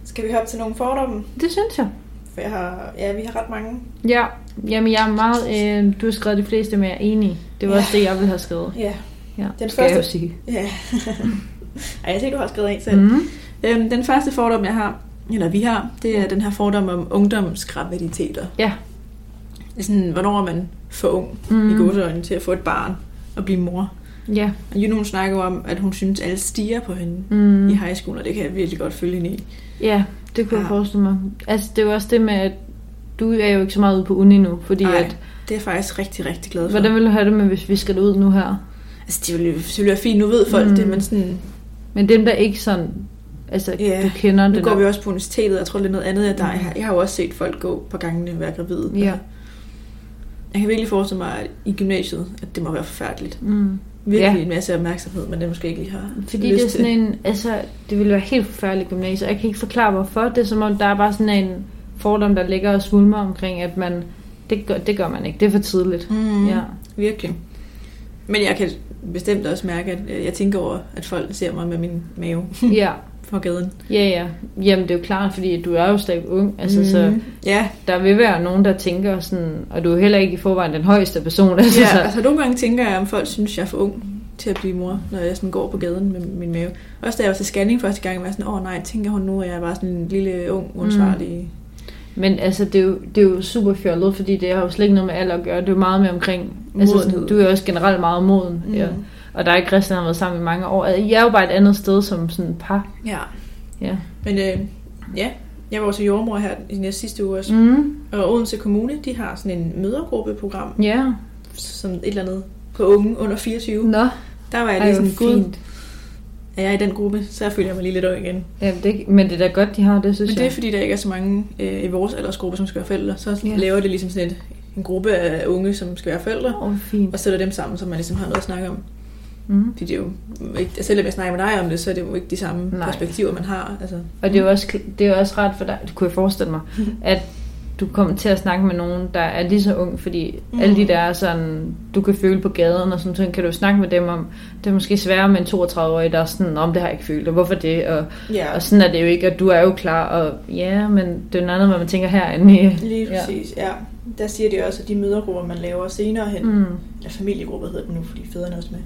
[SPEAKER 2] Skal vi hoppe til nogle fordomme?
[SPEAKER 1] det synes jeg.
[SPEAKER 2] For jeg har, ja, vi har ret mange.
[SPEAKER 1] Ja, jamen jeg er meget... Øh, du har skrevet de fleste, men jeg er enig. Det var
[SPEAKER 2] Ja.
[SPEAKER 1] også det, jeg ville have skrevet.
[SPEAKER 2] Ja.
[SPEAKER 1] Ja,
[SPEAKER 2] Den
[SPEAKER 1] skal jeg jo
[SPEAKER 2] første-
[SPEAKER 1] sige.
[SPEAKER 2] ja. <laughs> Ej, jeg ser, du har skrevet en selv. Mm.
[SPEAKER 1] Mm.
[SPEAKER 2] Øhm, den første fordom, jeg har, eller vi har, det er den her fordom om ungdomsgraviditeter.
[SPEAKER 1] Ja.
[SPEAKER 2] Det er sådan, hvornår er man for ung mm. i
[SPEAKER 1] Mm.
[SPEAKER 2] godseøjne til at få et barn og blive mor.
[SPEAKER 1] Ja.
[SPEAKER 2] Og Juno snakker jo om, at hun synes, alle stiger på hende
[SPEAKER 1] Mm.
[SPEAKER 2] mm. i high school, og det kan jeg virkelig godt følge hende i.
[SPEAKER 1] Ja, det kunne ja. jeg
[SPEAKER 2] Ja.
[SPEAKER 1] forestille mig. Altså, det er jo også det med, at du er jo ikke så meget ude på uni nu, fordi
[SPEAKER 2] Ej,
[SPEAKER 1] at,
[SPEAKER 2] det er jeg faktisk rigtig, rigtig glad for.
[SPEAKER 1] hvordan ville du have det med, hvis vi skal ud nu her?
[SPEAKER 2] Altså, det ville jo selvfølgelig være fint, nu ved folk
[SPEAKER 1] Mm.
[SPEAKER 2] mm. det, men sådan,
[SPEAKER 1] Men dem, der ikke sådan, altså,
[SPEAKER 2] Ja,
[SPEAKER 1] du kender
[SPEAKER 2] nu
[SPEAKER 1] det
[SPEAKER 2] går
[SPEAKER 1] der.
[SPEAKER 2] vi også på universitetet, og jeg tror, det er noget andet af dig.
[SPEAKER 1] Mm.
[SPEAKER 2] Jeg har jo også set folk gå på gangene og være gravide.
[SPEAKER 1] Ja.
[SPEAKER 2] Jeg kan virkelig forestille mig at i gymnasiet, at det må være forfærdeligt.
[SPEAKER 1] Mm.
[SPEAKER 2] Virkelig
[SPEAKER 1] Ja.
[SPEAKER 2] en masse opmærksomhed, men det måske ikke lige har
[SPEAKER 1] Fordi
[SPEAKER 2] lyst
[SPEAKER 1] det er sådan
[SPEAKER 2] til.
[SPEAKER 1] en, altså, det ville være helt forfærdeligt gymnasiet, og jeg kan ikke forklare hvorfor. Det er som om, der er bare sådan en fordom, der ligger og svulmer omkring, at man, det gør, det gør man ikke, det er for tidligt.
[SPEAKER 2] Mm,
[SPEAKER 1] Ja.
[SPEAKER 2] ja. Virkelig. Men jeg kan bestemt også mærke, at øh, jeg tænker over, at folk ser mig med min mave
[SPEAKER 1] ja.
[SPEAKER 2] på gaden.
[SPEAKER 1] Ja, ja. Jamen, det er jo klart, fordi du er jo stadig ung. Altså, mm. så
[SPEAKER 2] Mm-hmm. ja,
[SPEAKER 1] der vil være nogen, der tænker sådan, og du er jo heller ikke i forvejen den højeste person. <laughs> Altså,
[SPEAKER 2] Ja,
[SPEAKER 1] så,
[SPEAKER 2] altså nogle gange tænker jeg, om folk synes, jeg er for ung til at blive mor, når jeg sådan går på gaden med min mave. Også da jeg var til scanning første gang, var jeg sådan, åh oh, nej, tænker hun nu, at jeg er bare sådan en lille,
[SPEAKER 1] Mm.
[SPEAKER 2] ung, uansvarlig.
[SPEAKER 1] Men altså, det er, jo, det er jo super fjollet, fordi det har jo slet ikke noget med alder at gøre. Det er jo meget mere omkring... Altså, sådan,
[SPEAKER 2] Modenhed.
[SPEAKER 1] du er jo også generelt meget moden. Mm. Ja. Og der er Christian, har været sammen i mange år. Jeg er jo bare et andet sted som sådan par.
[SPEAKER 2] ja.
[SPEAKER 1] Ja.
[SPEAKER 2] Men øh, ja, jeg var også jordmor her i næste sidste uge også.
[SPEAKER 1] Mm.
[SPEAKER 2] Mm. Og Odense Kommune, de har sådan en mødergruppeprogram,
[SPEAKER 1] Ja.
[SPEAKER 2] som et eller andet på unge under 24.
[SPEAKER 1] Nå,
[SPEAKER 2] Der var jeg
[SPEAKER 1] Mm. ej,
[SPEAKER 2] lige
[SPEAKER 1] hvor
[SPEAKER 2] sådan, gud,
[SPEAKER 1] fint.
[SPEAKER 2] er jeg i den gruppe, så føler jeg mig lige lidt ung igen.
[SPEAKER 1] Ja, det, men det er da godt, de har det, synes
[SPEAKER 2] Men det er
[SPEAKER 1] jeg.
[SPEAKER 2] fordi, der ikke er så mange øh, i vores aldersgruppe, som skal være forældre. Så
[SPEAKER 1] Ja.
[SPEAKER 2] laver det ligesom sådan et, en gruppe af unge, som skal være forældre.
[SPEAKER 1] Åh, oh, fint.
[SPEAKER 2] og sætter dem sammen, så man ligesom har noget at snakke om.
[SPEAKER 1] Mm.
[SPEAKER 2] Fordi det er jo ikke, selvom jeg snakker med dig om det, så er det jo ikke de samme
[SPEAKER 1] Nej.
[SPEAKER 2] Nej. perspektiver, man har. Altså,
[SPEAKER 1] Og det er jo også, det er jo også rart for dig, det kunne jeg forestille
[SPEAKER 2] <laughs>
[SPEAKER 1] mig, at du kommer til at snakke med nogen, der er lige så ung, fordi mm.
[SPEAKER 2] Mm.
[SPEAKER 1] alle de der er sådan, du kan føle på gaden, og sådan, sådan kan du jo snakke med dem om, det er måske sværere med en 32-årig, der er sådan, om det har jeg ikke følt, og hvorfor det, og,
[SPEAKER 2] ja,
[SPEAKER 1] og sådan er det jo ikke, og du er jo klar, og ja, men det er noget andet, hvad man tænker herinde i.
[SPEAKER 2] lige
[SPEAKER 1] Ja.
[SPEAKER 2] præcis. Ja. Der siger de også, at de mødergrupper, man laver senere hen, mm.
[SPEAKER 1] Mm.
[SPEAKER 2] eller familiegrupper hedder det nu, fordi fædrene er også med,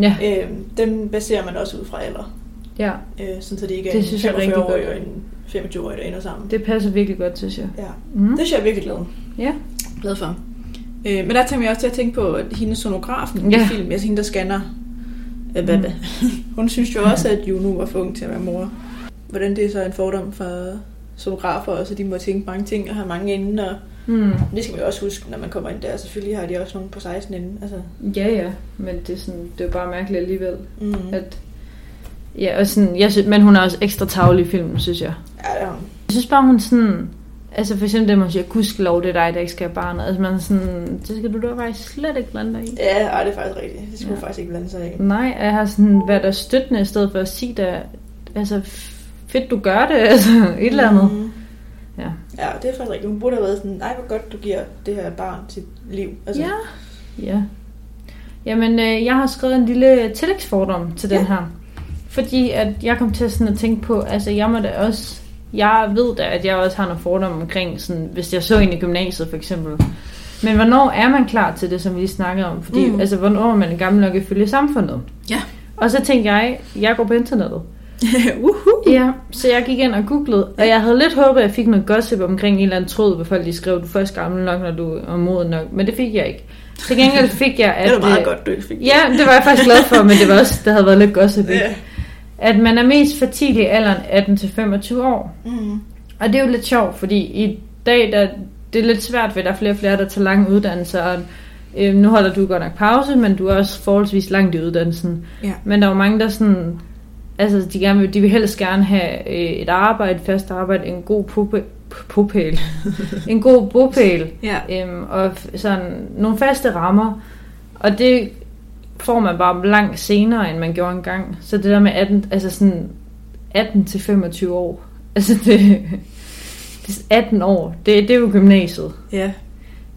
[SPEAKER 1] Ja,
[SPEAKER 2] øh, dem baserer man også ud fra alder.
[SPEAKER 1] ja,
[SPEAKER 2] Øh, sådan så det ikke er
[SPEAKER 1] Det
[SPEAKER 2] en
[SPEAKER 1] synes jeg er rigtig
[SPEAKER 2] 45-årig og
[SPEAKER 1] godt.
[SPEAKER 2] en 25-årig, der ender sammen.
[SPEAKER 1] det passer virkelig godt, synes jeg.
[SPEAKER 2] Ja.
[SPEAKER 1] Mm.
[SPEAKER 2] Det er jeg virkelig glad,
[SPEAKER 1] Ja.
[SPEAKER 2] glad for. Øh, men der tænker jeg også til at tænke på at hende sonografen
[SPEAKER 1] Ja. Mm.
[SPEAKER 2] i film, altså hende, der scanner. Øh, hvad, <laughs> hvad? Hun synes jo også, at Juno var for ung til at være mor. Hvordan det er så en fordom for sonografer også, at de må tænke mange ting og have mange inden. Og
[SPEAKER 1] Mm.
[SPEAKER 2] det skal man jo også huske, når man kommer ind der. Selvfølgelig har de også nogen på 16 inden. Altså,
[SPEAKER 1] Ja, ja, men det er, sådan, det er jo bare mærkeligt alligevel,
[SPEAKER 2] mm.
[SPEAKER 1] at Ja, og sådan, jeg synes, men hun er også ekstra tavlig i filmen, synes jeg.
[SPEAKER 2] ja, ja.
[SPEAKER 1] Jeg synes bare, hun sådan... Altså for eksempel det, man siger, gudskelov, det er dig, der ikke skal have barnet. Altså man er sådan, det skal du da bare slet ikke blande dig i.
[SPEAKER 2] ja ej, det er faktisk rigtigt. Det skulle
[SPEAKER 1] Ja.
[SPEAKER 2] ja. faktisk ikke blande sig i.
[SPEAKER 1] Nej, og jeg har sådan været der støttende, i stedet for at sige der, altså f- fedt, du gør det, <laughs> altså et eller andet.
[SPEAKER 2] Mm.
[SPEAKER 1] Ja.
[SPEAKER 2] Ja, det er faktisk rigtigt. Hun burde have været sådan, nej, hvor godt du giver det her barn sit liv. Altså,
[SPEAKER 1] Ja. Ja. Jamen, øh, jeg har skrevet en lille tillægsfordom til den
[SPEAKER 2] Ja.
[SPEAKER 1] her. Fordi at jeg kom til sådan at tænke på, altså jeg må da også, jeg ved da, at jeg også har nogle fordomme omkring, sådan, hvis jeg så en i gymnasiet for eksempel. Men hvornår er man klar til det, som vi lige snakkede om? Fordi, mm.
[SPEAKER 2] Mm.
[SPEAKER 1] altså, hvornår er man gammel nok ifølge samfundet?
[SPEAKER 2] Ja.
[SPEAKER 1] Og så tænkte jeg, jeg går på internettet. <laughs>
[SPEAKER 2] Uhu.
[SPEAKER 1] Ja, så jeg gik ind og googlede, og jeg havde lidt håbet, at jeg fik noget gossip omkring en eller anden tråd, hvor folk de skrev, du er først gammel nok, når du er moden nok, men det fik jeg ikke. Til gengæld fik jeg, at...
[SPEAKER 2] <laughs> Det var meget
[SPEAKER 1] øh,
[SPEAKER 2] godt, du ikke fik det.
[SPEAKER 1] Ja, det var jeg faktisk glad for, men det var også, der havde været lidt gossip. ikke?
[SPEAKER 2] <laughs> Ja.
[SPEAKER 1] At man er mest fertil i alderen 18-25 år.
[SPEAKER 2] Mm.
[SPEAKER 1] Og det er jo lidt sjovt, fordi i dag, der, det er lidt svært, ved at der er flere og flere, der tager lange uddannelser, og øh, nu holder du godt nok pause, men du er også forholdsvis langt i uddannelsen.
[SPEAKER 2] Ja.
[SPEAKER 1] Men der er jo mange, der sådan, altså de, gerne vil, de vil helst gerne have øh, et arbejde, et fast arbejde, en god puppe, pupæl, <laughs> en god bopæl,
[SPEAKER 2] Ja.
[SPEAKER 1] øhm, og f- sådan nogle faste rammer, og det får man bare langt senere, end man gjorde engang. Så det der med 18, altså sådan 18 til 25 år, <laughs> altså det, det er 18 år, det, det er jo gymnasiet.
[SPEAKER 2] Ja.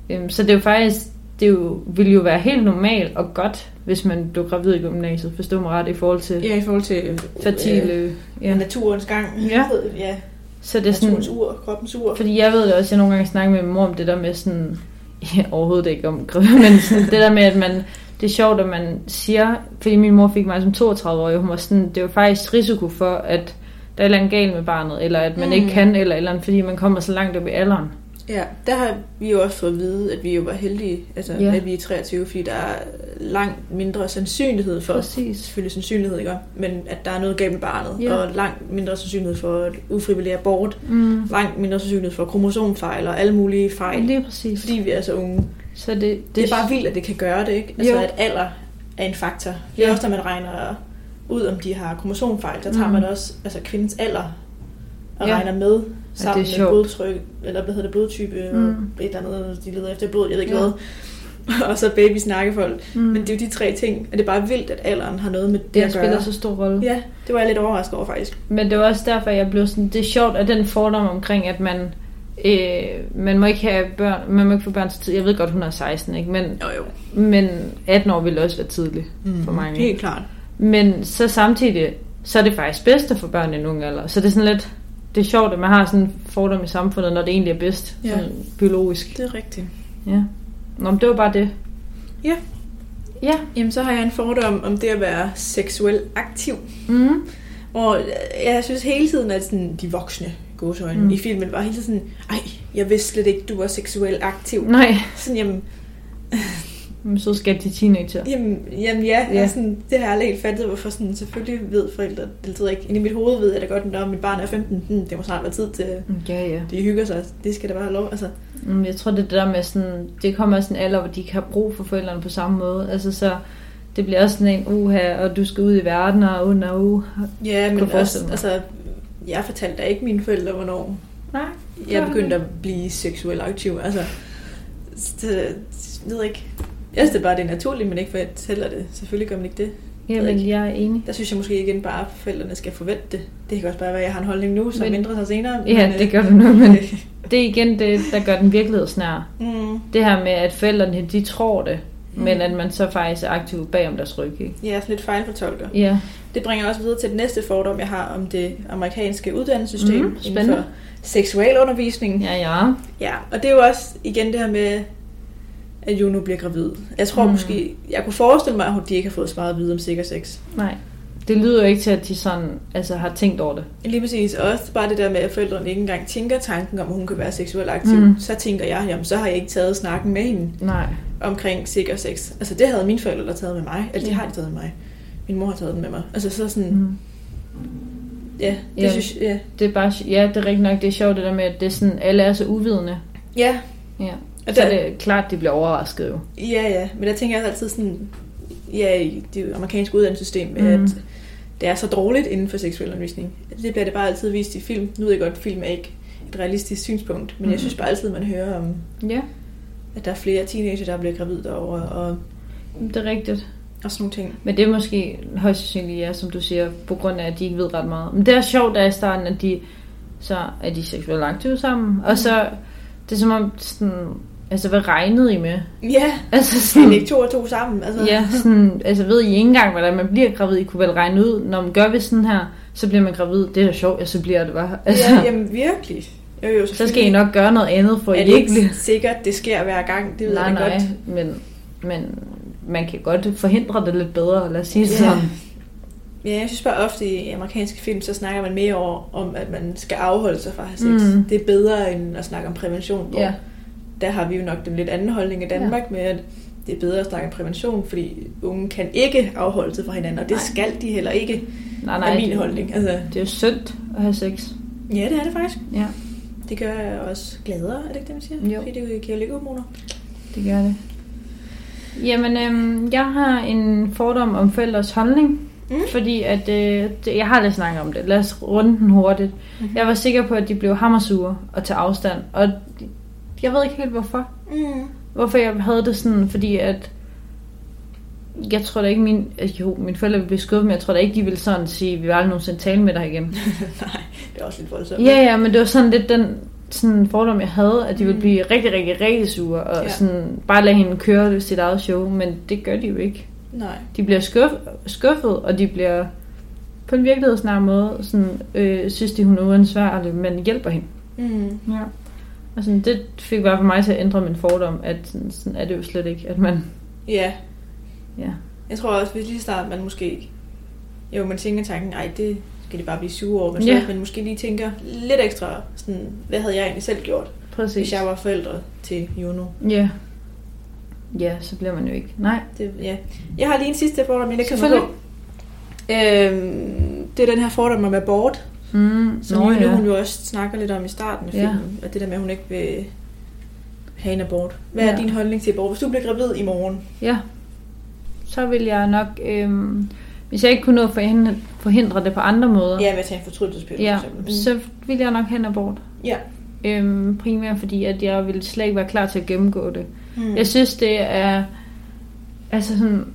[SPEAKER 1] Øhm, så det er jo faktisk, det er jo, ville jo være helt normalt og godt, hvis man blev gravid i gymnasiet, forstå mig ret, i forhold til
[SPEAKER 2] ja, i forhold til øh,
[SPEAKER 1] fertile.
[SPEAKER 2] ja.
[SPEAKER 1] Ja.
[SPEAKER 2] naturens gang.
[SPEAKER 1] Ja.
[SPEAKER 2] ja.
[SPEAKER 1] Så det er sådan,
[SPEAKER 2] Naturens ur, kroppens ur.
[SPEAKER 1] Fordi jeg ved det også, jeg nogle gange snakker med min mor om det der med sådan, <laughs> ja, overhovedet ikke om grimme, men sådan, det der med, at man, det er sjovt, at man siger, fordi min mor fik mig som 32-årig, hun var sådan, det var faktisk risiko for, at der er et eller andet galt med barnet, eller at man
[SPEAKER 2] Mm.
[SPEAKER 1] mm. ikke kan, eller et eller andet, fordi man kommer så langt op i alderen.
[SPEAKER 2] Ja, der har vi jo også fået at vide, at vi jo var heldige, altså ja.
[SPEAKER 1] Ja.
[SPEAKER 2] at vi er 23, fordi der er langt mindre sandsynlighed for,
[SPEAKER 1] Præcis.
[SPEAKER 2] selvfølgelig sandsynlighed ikke, men at der er noget galt med barnet,
[SPEAKER 1] Ja.
[SPEAKER 2] og langt mindre sandsynlighed for et ufrivillig abort,
[SPEAKER 1] Mm.
[SPEAKER 2] langt mindre sandsynlighed for kromosomfejl og alle mulige
[SPEAKER 1] Ej,
[SPEAKER 2] fejl,
[SPEAKER 1] lige præcis.
[SPEAKER 2] fordi vi er så unge.
[SPEAKER 1] så det, det,
[SPEAKER 2] Det er bare vildt, at det kan gøre det, ikke? Altså,
[SPEAKER 1] Jo.
[SPEAKER 2] at alder er en faktor. Det er
[SPEAKER 1] Ja.
[SPEAKER 2] også, når man regner ud, om de har kromosomfejl, der tager
[SPEAKER 1] Mm.
[SPEAKER 2] man også altså, kvindens alder og
[SPEAKER 1] Ja.
[SPEAKER 2] regner med sammen
[SPEAKER 1] det er
[SPEAKER 2] med
[SPEAKER 1] sjovt.
[SPEAKER 2] blodtryk, eller hvad hedder det, blodtype, mm.
[SPEAKER 1] Mm.
[SPEAKER 2] et eller andet, de leder efter blod, jeg ved ikke
[SPEAKER 1] Ja.
[SPEAKER 2] hvad. <laughs> og så baby snakkefolk.
[SPEAKER 1] Mm.
[SPEAKER 2] Men det er jo de tre ting, og det er bare vildt, at alderen har noget med det,
[SPEAKER 1] det
[SPEAKER 2] at
[SPEAKER 1] spiller
[SPEAKER 2] gøre.
[SPEAKER 1] så stor rolle.
[SPEAKER 2] Ja, det var jeg lidt overrasket over faktisk.
[SPEAKER 1] Men det var også derfor, jeg blev sådan, det er sjovt, at den fordom omkring, at man, øh, man må ikke have børn, man må ikke få børn så tid. Jeg ved godt, hun er 16, ikke? Men,
[SPEAKER 2] Jo, jo.
[SPEAKER 1] men 18 år ville også være tidligt
[SPEAKER 2] Mm.
[SPEAKER 1] for mange.
[SPEAKER 2] Helt klart.
[SPEAKER 1] Men så samtidig, så er det faktisk bedst at få børn i en ung alder. Så det er sådan lidt, det er sjovt, at man har sådan en fordom i samfundet, når det egentlig er bedst,
[SPEAKER 2] Ja.
[SPEAKER 1] ja. sådan biologisk.
[SPEAKER 2] Det er rigtigt.
[SPEAKER 1] Ja. Nå, men det var bare det.
[SPEAKER 2] Ja.
[SPEAKER 1] Ja.
[SPEAKER 2] Jamen, så har jeg en fordom om det at være seksuelt aktiv.
[SPEAKER 1] Mm.
[SPEAKER 2] Hvor øh, jeg synes hele tiden, at sådan, de voksne gåsøjne mm.
[SPEAKER 1] Mm.
[SPEAKER 2] i filmen var hele tiden sådan, ej, jeg vidste slet ikke, du var seksuelt aktiv.
[SPEAKER 1] Nej,
[SPEAKER 2] Sådan, jamen,
[SPEAKER 1] men så skal de teenager.
[SPEAKER 2] jamen, jamen ja,
[SPEAKER 1] Ja.
[SPEAKER 2] ja. Sådan, det har jeg aldrig helt fattet, hvorfor sådan, selvfølgelig ved forældre, det ved jeg ikke, inde i mit hoved ved jeg da godt, når mit barn er 15, hmm, det må snart være tid til,
[SPEAKER 1] Ja, ja.
[SPEAKER 2] de hygger sig, det skal da bare have lov, altså.
[SPEAKER 1] Mm, Jeg tror, det er det der med sådan, det kommer også en alder, hvor de ikke har brug for forældrene på samme måde. Altså så, det bliver også sådan en, uha, og du skal ud i verden, og uh, no, uh.
[SPEAKER 2] Ja, men
[SPEAKER 1] forestille
[SPEAKER 2] også,
[SPEAKER 1] mig.
[SPEAKER 2] altså, jeg fortalte da ikke mine forældre, hvornår
[SPEAKER 1] Nej.
[SPEAKER 2] jeg begyndte at blive seksuelt aktiv, altså, det, det ved jeg ikke. Jeg synes det er bare, det er naturligt, men ikke fortæller det. Selvfølgelig gør man ikke det.
[SPEAKER 1] Jamen, jeg er enig.
[SPEAKER 2] Der synes jeg måske igen bare, at forældrene skal forvente det. Det kan også bare være, at jeg har en holdning nu, som men,
[SPEAKER 1] Men-
[SPEAKER 2] ændrer sig senere.
[SPEAKER 1] Ja,
[SPEAKER 2] øh,
[SPEAKER 1] det gør du nu, men <laughs> det er igen det, der gør den virkelighedsnær.
[SPEAKER 2] <laughs> mm,
[SPEAKER 1] Det her med, at forældrene, de tror det,
[SPEAKER 2] Mm.
[SPEAKER 1] mm. men at man så faktisk er aktiv bagom deres ryg, ikke?
[SPEAKER 2] ja, sådan lidt fejlfortolker.
[SPEAKER 1] Ja,
[SPEAKER 2] Det bringer også videre til den næste fordom, jeg har om det amerikanske uddannelsessystem
[SPEAKER 1] Mhm,
[SPEAKER 2] inden for
[SPEAKER 1] spændende.
[SPEAKER 2] seksualundervisning. Ja.
[SPEAKER 1] ja, ja.
[SPEAKER 2] ja, og det er jo også igen det her med, at Juno bliver gravid. Jeg tror mm.
[SPEAKER 1] Mm.
[SPEAKER 2] måske, jeg kunne forestille mig, at de ikke har fået så meget at vide om sikker sex.
[SPEAKER 1] Nej. Det lyder jo ikke til, at de sådan, altså, har tænkt over det.
[SPEAKER 2] Lige præcis. Og også bare det der med, at forældrene ikke engang tænker tanken om, at hun kan være seksuelt aktiv. Mm.
[SPEAKER 1] Mm.
[SPEAKER 2] Så tænker jeg, jamen så har jeg ikke taget snakken med hende.
[SPEAKER 1] Nej.
[SPEAKER 2] omkring sikker sex. Altså det havde mine forældre der taget med mig. Eller de har de taget med mig. Min mor har taget den med mig. Altså så sådan,
[SPEAKER 1] Mm.
[SPEAKER 2] ja, det
[SPEAKER 1] Ja.
[SPEAKER 2] synes jeg,
[SPEAKER 1] Det er bare, ja, det er rigtigt nok, det er sjovt det der med, at det er sådan, alle er så uvidende.
[SPEAKER 2] ja.
[SPEAKER 1] Ja.
[SPEAKER 2] Og
[SPEAKER 1] Så
[SPEAKER 2] der,
[SPEAKER 1] er det klart, de bliver overrasket jo.
[SPEAKER 2] Ja, ja, men der tænker jeg altid sådan, ja, i det amerikanske uddannelsessystem, mm.
[SPEAKER 1] Mhm.
[SPEAKER 2] at det er så dårligt inden for seksuel undervisning. Det bliver det bare altid vist i film. Nu ved jeg godt, at film er ikke et realistisk synspunkt, men mm. jeg
[SPEAKER 1] Mhm.
[SPEAKER 2] synes bare altid, man hører om,
[SPEAKER 1] Ja,
[SPEAKER 2] at der er flere teenager, der bliver gravid over, og,
[SPEAKER 1] det er rigtigt.
[SPEAKER 2] og sådan nogle ting.
[SPEAKER 1] Men det er måske højst sandsynligt, ja, som du siger, på grund af, at de ikke ved ret meget. Men det er sjovt, der i starten, at de, så er de seksuelt aktive sammen, og så, det er som om, sådan, altså, hvad regnede I med?
[SPEAKER 2] Ja,
[SPEAKER 1] Altså,
[SPEAKER 2] <laughs> det er
[SPEAKER 1] sådan,
[SPEAKER 2] ikke to og to sammen. Altså.
[SPEAKER 1] ja, sådan, altså, ved I ikke engang, hvordan man bliver gravid? I kunne vel regne ud, når man gør vi sådan her, så bliver man gravid. Det er da sjovt, ja, så bliver det bare. Altså,
[SPEAKER 2] ja jamen virkelig. Jo,
[SPEAKER 1] <laughs>
[SPEAKER 2] jo,
[SPEAKER 1] så skal I nok gøre noget andet, for
[SPEAKER 2] Og
[SPEAKER 1] at
[SPEAKER 2] er
[SPEAKER 1] I
[SPEAKER 2] det
[SPEAKER 1] <laughs> ikke bliver...
[SPEAKER 2] ikke sikkert, det sker hver gang? Det ved
[SPEAKER 1] nej,
[SPEAKER 2] jeg da
[SPEAKER 1] nej,
[SPEAKER 2] godt.
[SPEAKER 1] men, men man kan godt forhindre det lidt bedre, lad os sige
[SPEAKER 2] Ja.
[SPEAKER 1] yeah. sådan.
[SPEAKER 2] Ja, jeg synes bare ofte i amerikanske film, så snakker man mere over, om, at man skal afholde sig fra at have sex. Mm.
[SPEAKER 1] Mm.
[SPEAKER 2] Det er bedre end at snakke om prævention. Hvor
[SPEAKER 1] Ja,
[SPEAKER 2] Der har vi jo nok den lidt anden holdning i Danmark ja. med, at det er bedre at snakke om prævention, fordi unge kan ikke afholde sig fra hinanden, og det
[SPEAKER 1] Nej.
[SPEAKER 2] skal de heller ikke,
[SPEAKER 1] nej,
[SPEAKER 2] nej, er
[SPEAKER 1] nej.
[SPEAKER 2] min
[SPEAKER 1] det,
[SPEAKER 2] holdning. Altså,
[SPEAKER 1] Det er jo synd at have sex.
[SPEAKER 2] ja, det er det faktisk.
[SPEAKER 1] Ja.
[SPEAKER 2] Det gør jeg også gladere, er det ikke det, man siger?
[SPEAKER 1] Jo.
[SPEAKER 2] Fordi det giver lykkehormoner.
[SPEAKER 1] Det gør det. Jamen, øhm, jeg har en fordom om forældres holdning.
[SPEAKER 2] Mm.
[SPEAKER 1] Mm. Fordi at, øh, det, jeg har lidt snakket om det. Lad os runde den hurtigt. Mm.
[SPEAKER 2] Mhm.
[SPEAKER 1] Jeg var sikker på, at de blev hammersure og tage afstand. Og jeg ved ikke helt hvorfor.
[SPEAKER 2] Mm. <laughs>
[SPEAKER 1] Hvorfor jeg havde det sådan, fordi at... Jeg tror da ikke, min... altså, Jo, mine forældre ville blive skuffet, men jeg tror da ikke, de ville sådan sige, vi vil aldrig nogensinde tale med dig igen.
[SPEAKER 2] Nej, det er også lidt voldsomt.
[SPEAKER 1] Ja, ja, men det var sådan lidt den sådan fordom, jeg havde, at de ville blive rigtig, rigtig, rigtig sure, og
[SPEAKER 2] Ja.
[SPEAKER 1] Mm. ja. sådan bare lade hende køre sit eget show, men det gør de jo ikke.
[SPEAKER 2] Nej.
[SPEAKER 1] De bliver skuff, skuffet, og de bliver på en virkelighedsnær måde, sådan, øh, synes de, hun er uansvarlig, men hjælper hende.
[SPEAKER 2] Mm.
[SPEAKER 1] Ja. Og sådan, det fik i hvert fald mig til at ændre min fordom, at sådan, sådan er det jo slet ikke, at man,
[SPEAKER 2] Ja,
[SPEAKER 1] ja.
[SPEAKER 2] jeg tror også, hvis lige snart man måske... Jo, man tænker tanken, nej, det skal de bare blive sure over. Men,
[SPEAKER 1] Ja.
[SPEAKER 2] så, men måske lige tænker lidt ekstra, sådan, hvad havde jeg egentlig selv gjort,
[SPEAKER 1] Præcis.
[SPEAKER 2] hvis jeg var forældre til Juno?
[SPEAKER 1] Ja. Ja, så bliver man jo ikke. Nej.
[SPEAKER 2] Det, ja. Jeg har lige en sidste fordom, jeg ikke kan
[SPEAKER 1] Selvfølgelig.
[SPEAKER 2] på. Øhm, det er den her fordom om abort,
[SPEAKER 1] Mm,
[SPEAKER 2] som Nå, Juno, ja. hun jo også snakker lidt om i starten af
[SPEAKER 1] Ja.
[SPEAKER 2] filmen. Og det der med, at hun ikke vil have en abort. Hvad ja. er
[SPEAKER 1] Ja.
[SPEAKER 2] din holdning til abort? Hvis du bliver gravid i morgen,
[SPEAKER 1] Ja. Så vil jeg nok, øhm, hvis jeg ikke kunne nå at forhindre, forhindre det på andre måder,
[SPEAKER 2] ja, mm. ved at tage en fortrydelsespille
[SPEAKER 1] ja
[SPEAKER 2] for eksempel.
[SPEAKER 1] så vil jeg nok hen abort.
[SPEAKER 2] Ja.
[SPEAKER 1] Øhm, primært fordi, at jeg ville slet ikke være klar til at gennemgå det.
[SPEAKER 2] Mm.
[SPEAKER 1] Jeg synes, det er, altså sådan,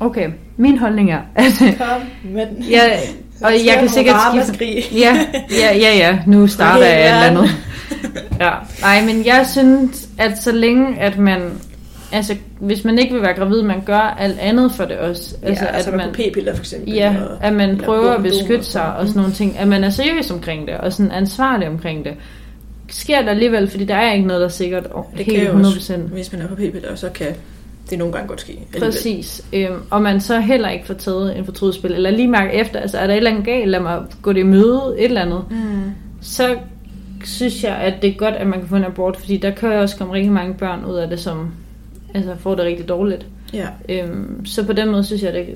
[SPEAKER 1] okay, min holdning er, at
[SPEAKER 2] Kom med
[SPEAKER 1] <laughs>
[SPEAKER 2] den. <laughs>
[SPEAKER 1] jeg, og jeg kan sikkert skifte,
[SPEAKER 2] skifte.
[SPEAKER 1] ja, ja, ja, ja, nu starter
[SPEAKER 2] Okay,
[SPEAKER 1] jeg et eller
[SPEAKER 2] ja.
[SPEAKER 1] andet.
[SPEAKER 2] <laughs>
[SPEAKER 1] Ja, nej, men jeg synes, at så længe, at man, altså, hvis man ikke vil være gravid, man gør alt andet for det også.
[SPEAKER 2] Altså,
[SPEAKER 1] Altså,
[SPEAKER 2] ja, altså
[SPEAKER 1] at
[SPEAKER 2] man,
[SPEAKER 1] man,
[SPEAKER 2] man p-piller for eksempel.
[SPEAKER 1] ja,
[SPEAKER 2] og-
[SPEAKER 1] at man
[SPEAKER 2] eller Mm.
[SPEAKER 1] prøver at
[SPEAKER 2] kondom
[SPEAKER 1] beskytte sig og sådan nogle ting. At man er seriøs omkring det, og sådan ansvarlig omkring det. Sker det alligevel, fordi der er ikke noget, der er sikkert og
[SPEAKER 2] Det kan
[SPEAKER 1] helt
[SPEAKER 2] jo også
[SPEAKER 1] 100%.
[SPEAKER 2] Hvis man er på p-piller, så kan det nogle gange godt ske. alligevel.
[SPEAKER 1] Præcis. Øhm, og man så heller ikke får taget en fortrydespil, eller lige mærke efter, altså er der et eller andet galt, lad mig gå det i møde, et eller andet.
[SPEAKER 2] Mm.
[SPEAKER 1] så synes jeg, at det er godt, at man kan få en abort, fordi der kan jo også komme rigtig mange børn ud af det, som altså, får det rigtig dårligt.
[SPEAKER 2] Ja.
[SPEAKER 1] Øhm, så på den måde synes jeg, det,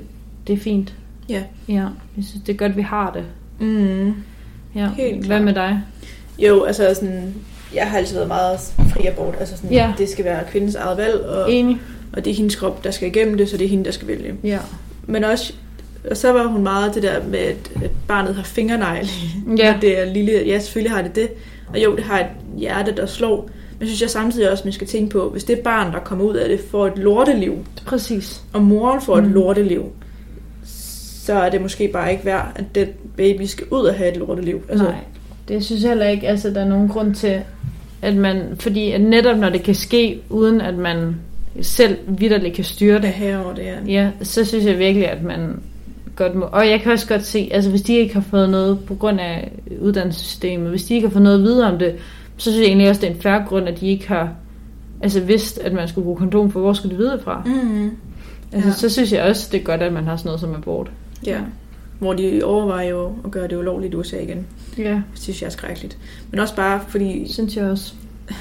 [SPEAKER 1] det er fint.
[SPEAKER 2] Ja.
[SPEAKER 1] Ja, jeg synes, det er godt, vi har det.
[SPEAKER 2] Mm.
[SPEAKER 1] Ja.
[SPEAKER 2] Helt
[SPEAKER 1] Hvad
[SPEAKER 2] klart.
[SPEAKER 1] med dig?
[SPEAKER 2] Jo, altså sådan, jeg har altid været meget fri abort. Altså sådan,
[SPEAKER 1] Ja.
[SPEAKER 2] det skal være kvindens eget valg, og,
[SPEAKER 1] Enig?
[SPEAKER 2] og det er hendes krop, der skal igennem det, så det er hende, der skal vælge.
[SPEAKER 1] Ja.
[SPEAKER 2] Men også, og så var hun meget det der med, at, at barnet har fingernegle.
[SPEAKER 1] <laughs> Ja.
[SPEAKER 2] Ja. Det er lille, ja, selvfølgelig har det det. Og jo, det har et hjerte, der slår. Men synes jeg samtidig også, man skal tænke på, hvis det barn, der kommer ud af det, får et lorteliv,
[SPEAKER 1] Præcis.
[SPEAKER 2] og moren får et
[SPEAKER 1] Mm.
[SPEAKER 2] lorteliv, så er det måske bare ikke værd, at den baby skal ud og have et lorteliv.
[SPEAKER 1] Altså, Nej. Det synes jeg heller ikke, altså der er nogen grund til, at man, fordi at netop når det kan ske, uden at man selv vidderligt kan styre det,
[SPEAKER 2] Det her over det er.
[SPEAKER 1] Ja, så synes jeg virkelig, at man godt må... Og jeg kan også godt se, altså hvis de ikke har fået noget på grund af uddannelsessystemet, hvis de ikke har fået noget at vide om det, så synes jeg egentlig også, det er en færre grund, at de ikke har altså vidst, at man skulle bruge kondom, for hvor skulle de vide det fra?
[SPEAKER 2] Mm.
[SPEAKER 1] Altså,
[SPEAKER 2] Ja.
[SPEAKER 1] ja. så synes jeg også, det er godt, at man har sådan noget som abort.
[SPEAKER 2] Ja. Hvor de overvejer jo at gøre det ulovligt i USA igen.
[SPEAKER 1] Ja,
[SPEAKER 2] Det synes jeg er skrækkeligt. Men også bare fordi,
[SPEAKER 1] synes jeg også.
[SPEAKER 2] jeg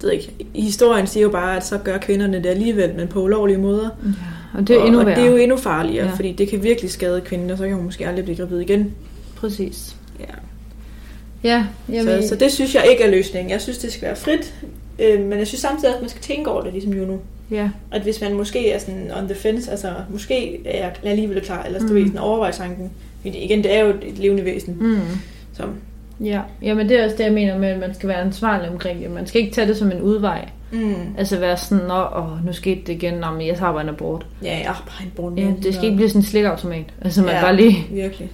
[SPEAKER 2] ved ikke, historien siger jo bare, at så gør kvinderne det alligevel, men på ulovlige måder.
[SPEAKER 1] Ja. Og det er jo
[SPEAKER 2] og,
[SPEAKER 1] endnu
[SPEAKER 2] og
[SPEAKER 1] værre.
[SPEAKER 2] det er jo endnu farligere, ja.
[SPEAKER 1] Ja.
[SPEAKER 2] fordi det kan virkelig skade kvinden, og så kan hun måske aldrig blive gravid igen.
[SPEAKER 1] Præcis.
[SPEAKER 2] Ja.
[SPEAKER 1] Ja, jamen,
[SPEAKER 2] Så, så det synes jeg ikke er løsningen. Jeg synes, det skal være frit, øh, men jeg synes samtidig også, at man skal tænke over det, ligesom Juno.
[SPEAKER 1] ja,
[SPEAKER 2] At hvis man måske er sådan on the fence, altså måske er jeg alligevel klar, eller mm. du
[SPEAKER 1] Mm.
[SPEAKER 2] ved, sådan overvejer tanken. Fordi igen, det er jo et levende væsen,
[SPEAKER 1] mm.
[SPEAKER 2] som...
[SPEAKER 1] ja. Jamen, det er også det, jeg mener med, at man skal være ansvarlig omkring det. Man skal ikke tage det som en udvej.
[SPEAKER 2] Mm.
[SPEAKER 1] Altså være sådan, nå, åh, nu skete det igen, nå, men jeg tager bare en abort.
[SPEAKER 2] Ja, jeg har bare en brun
[SPEAKER 1] Ja, det skal ikke blive sådan en slikautomat. Altså man
[SPEAKER 2] Ja.
[SPEAKER 1] ja. bare lige,
[SPEAKER 2] Virkelig.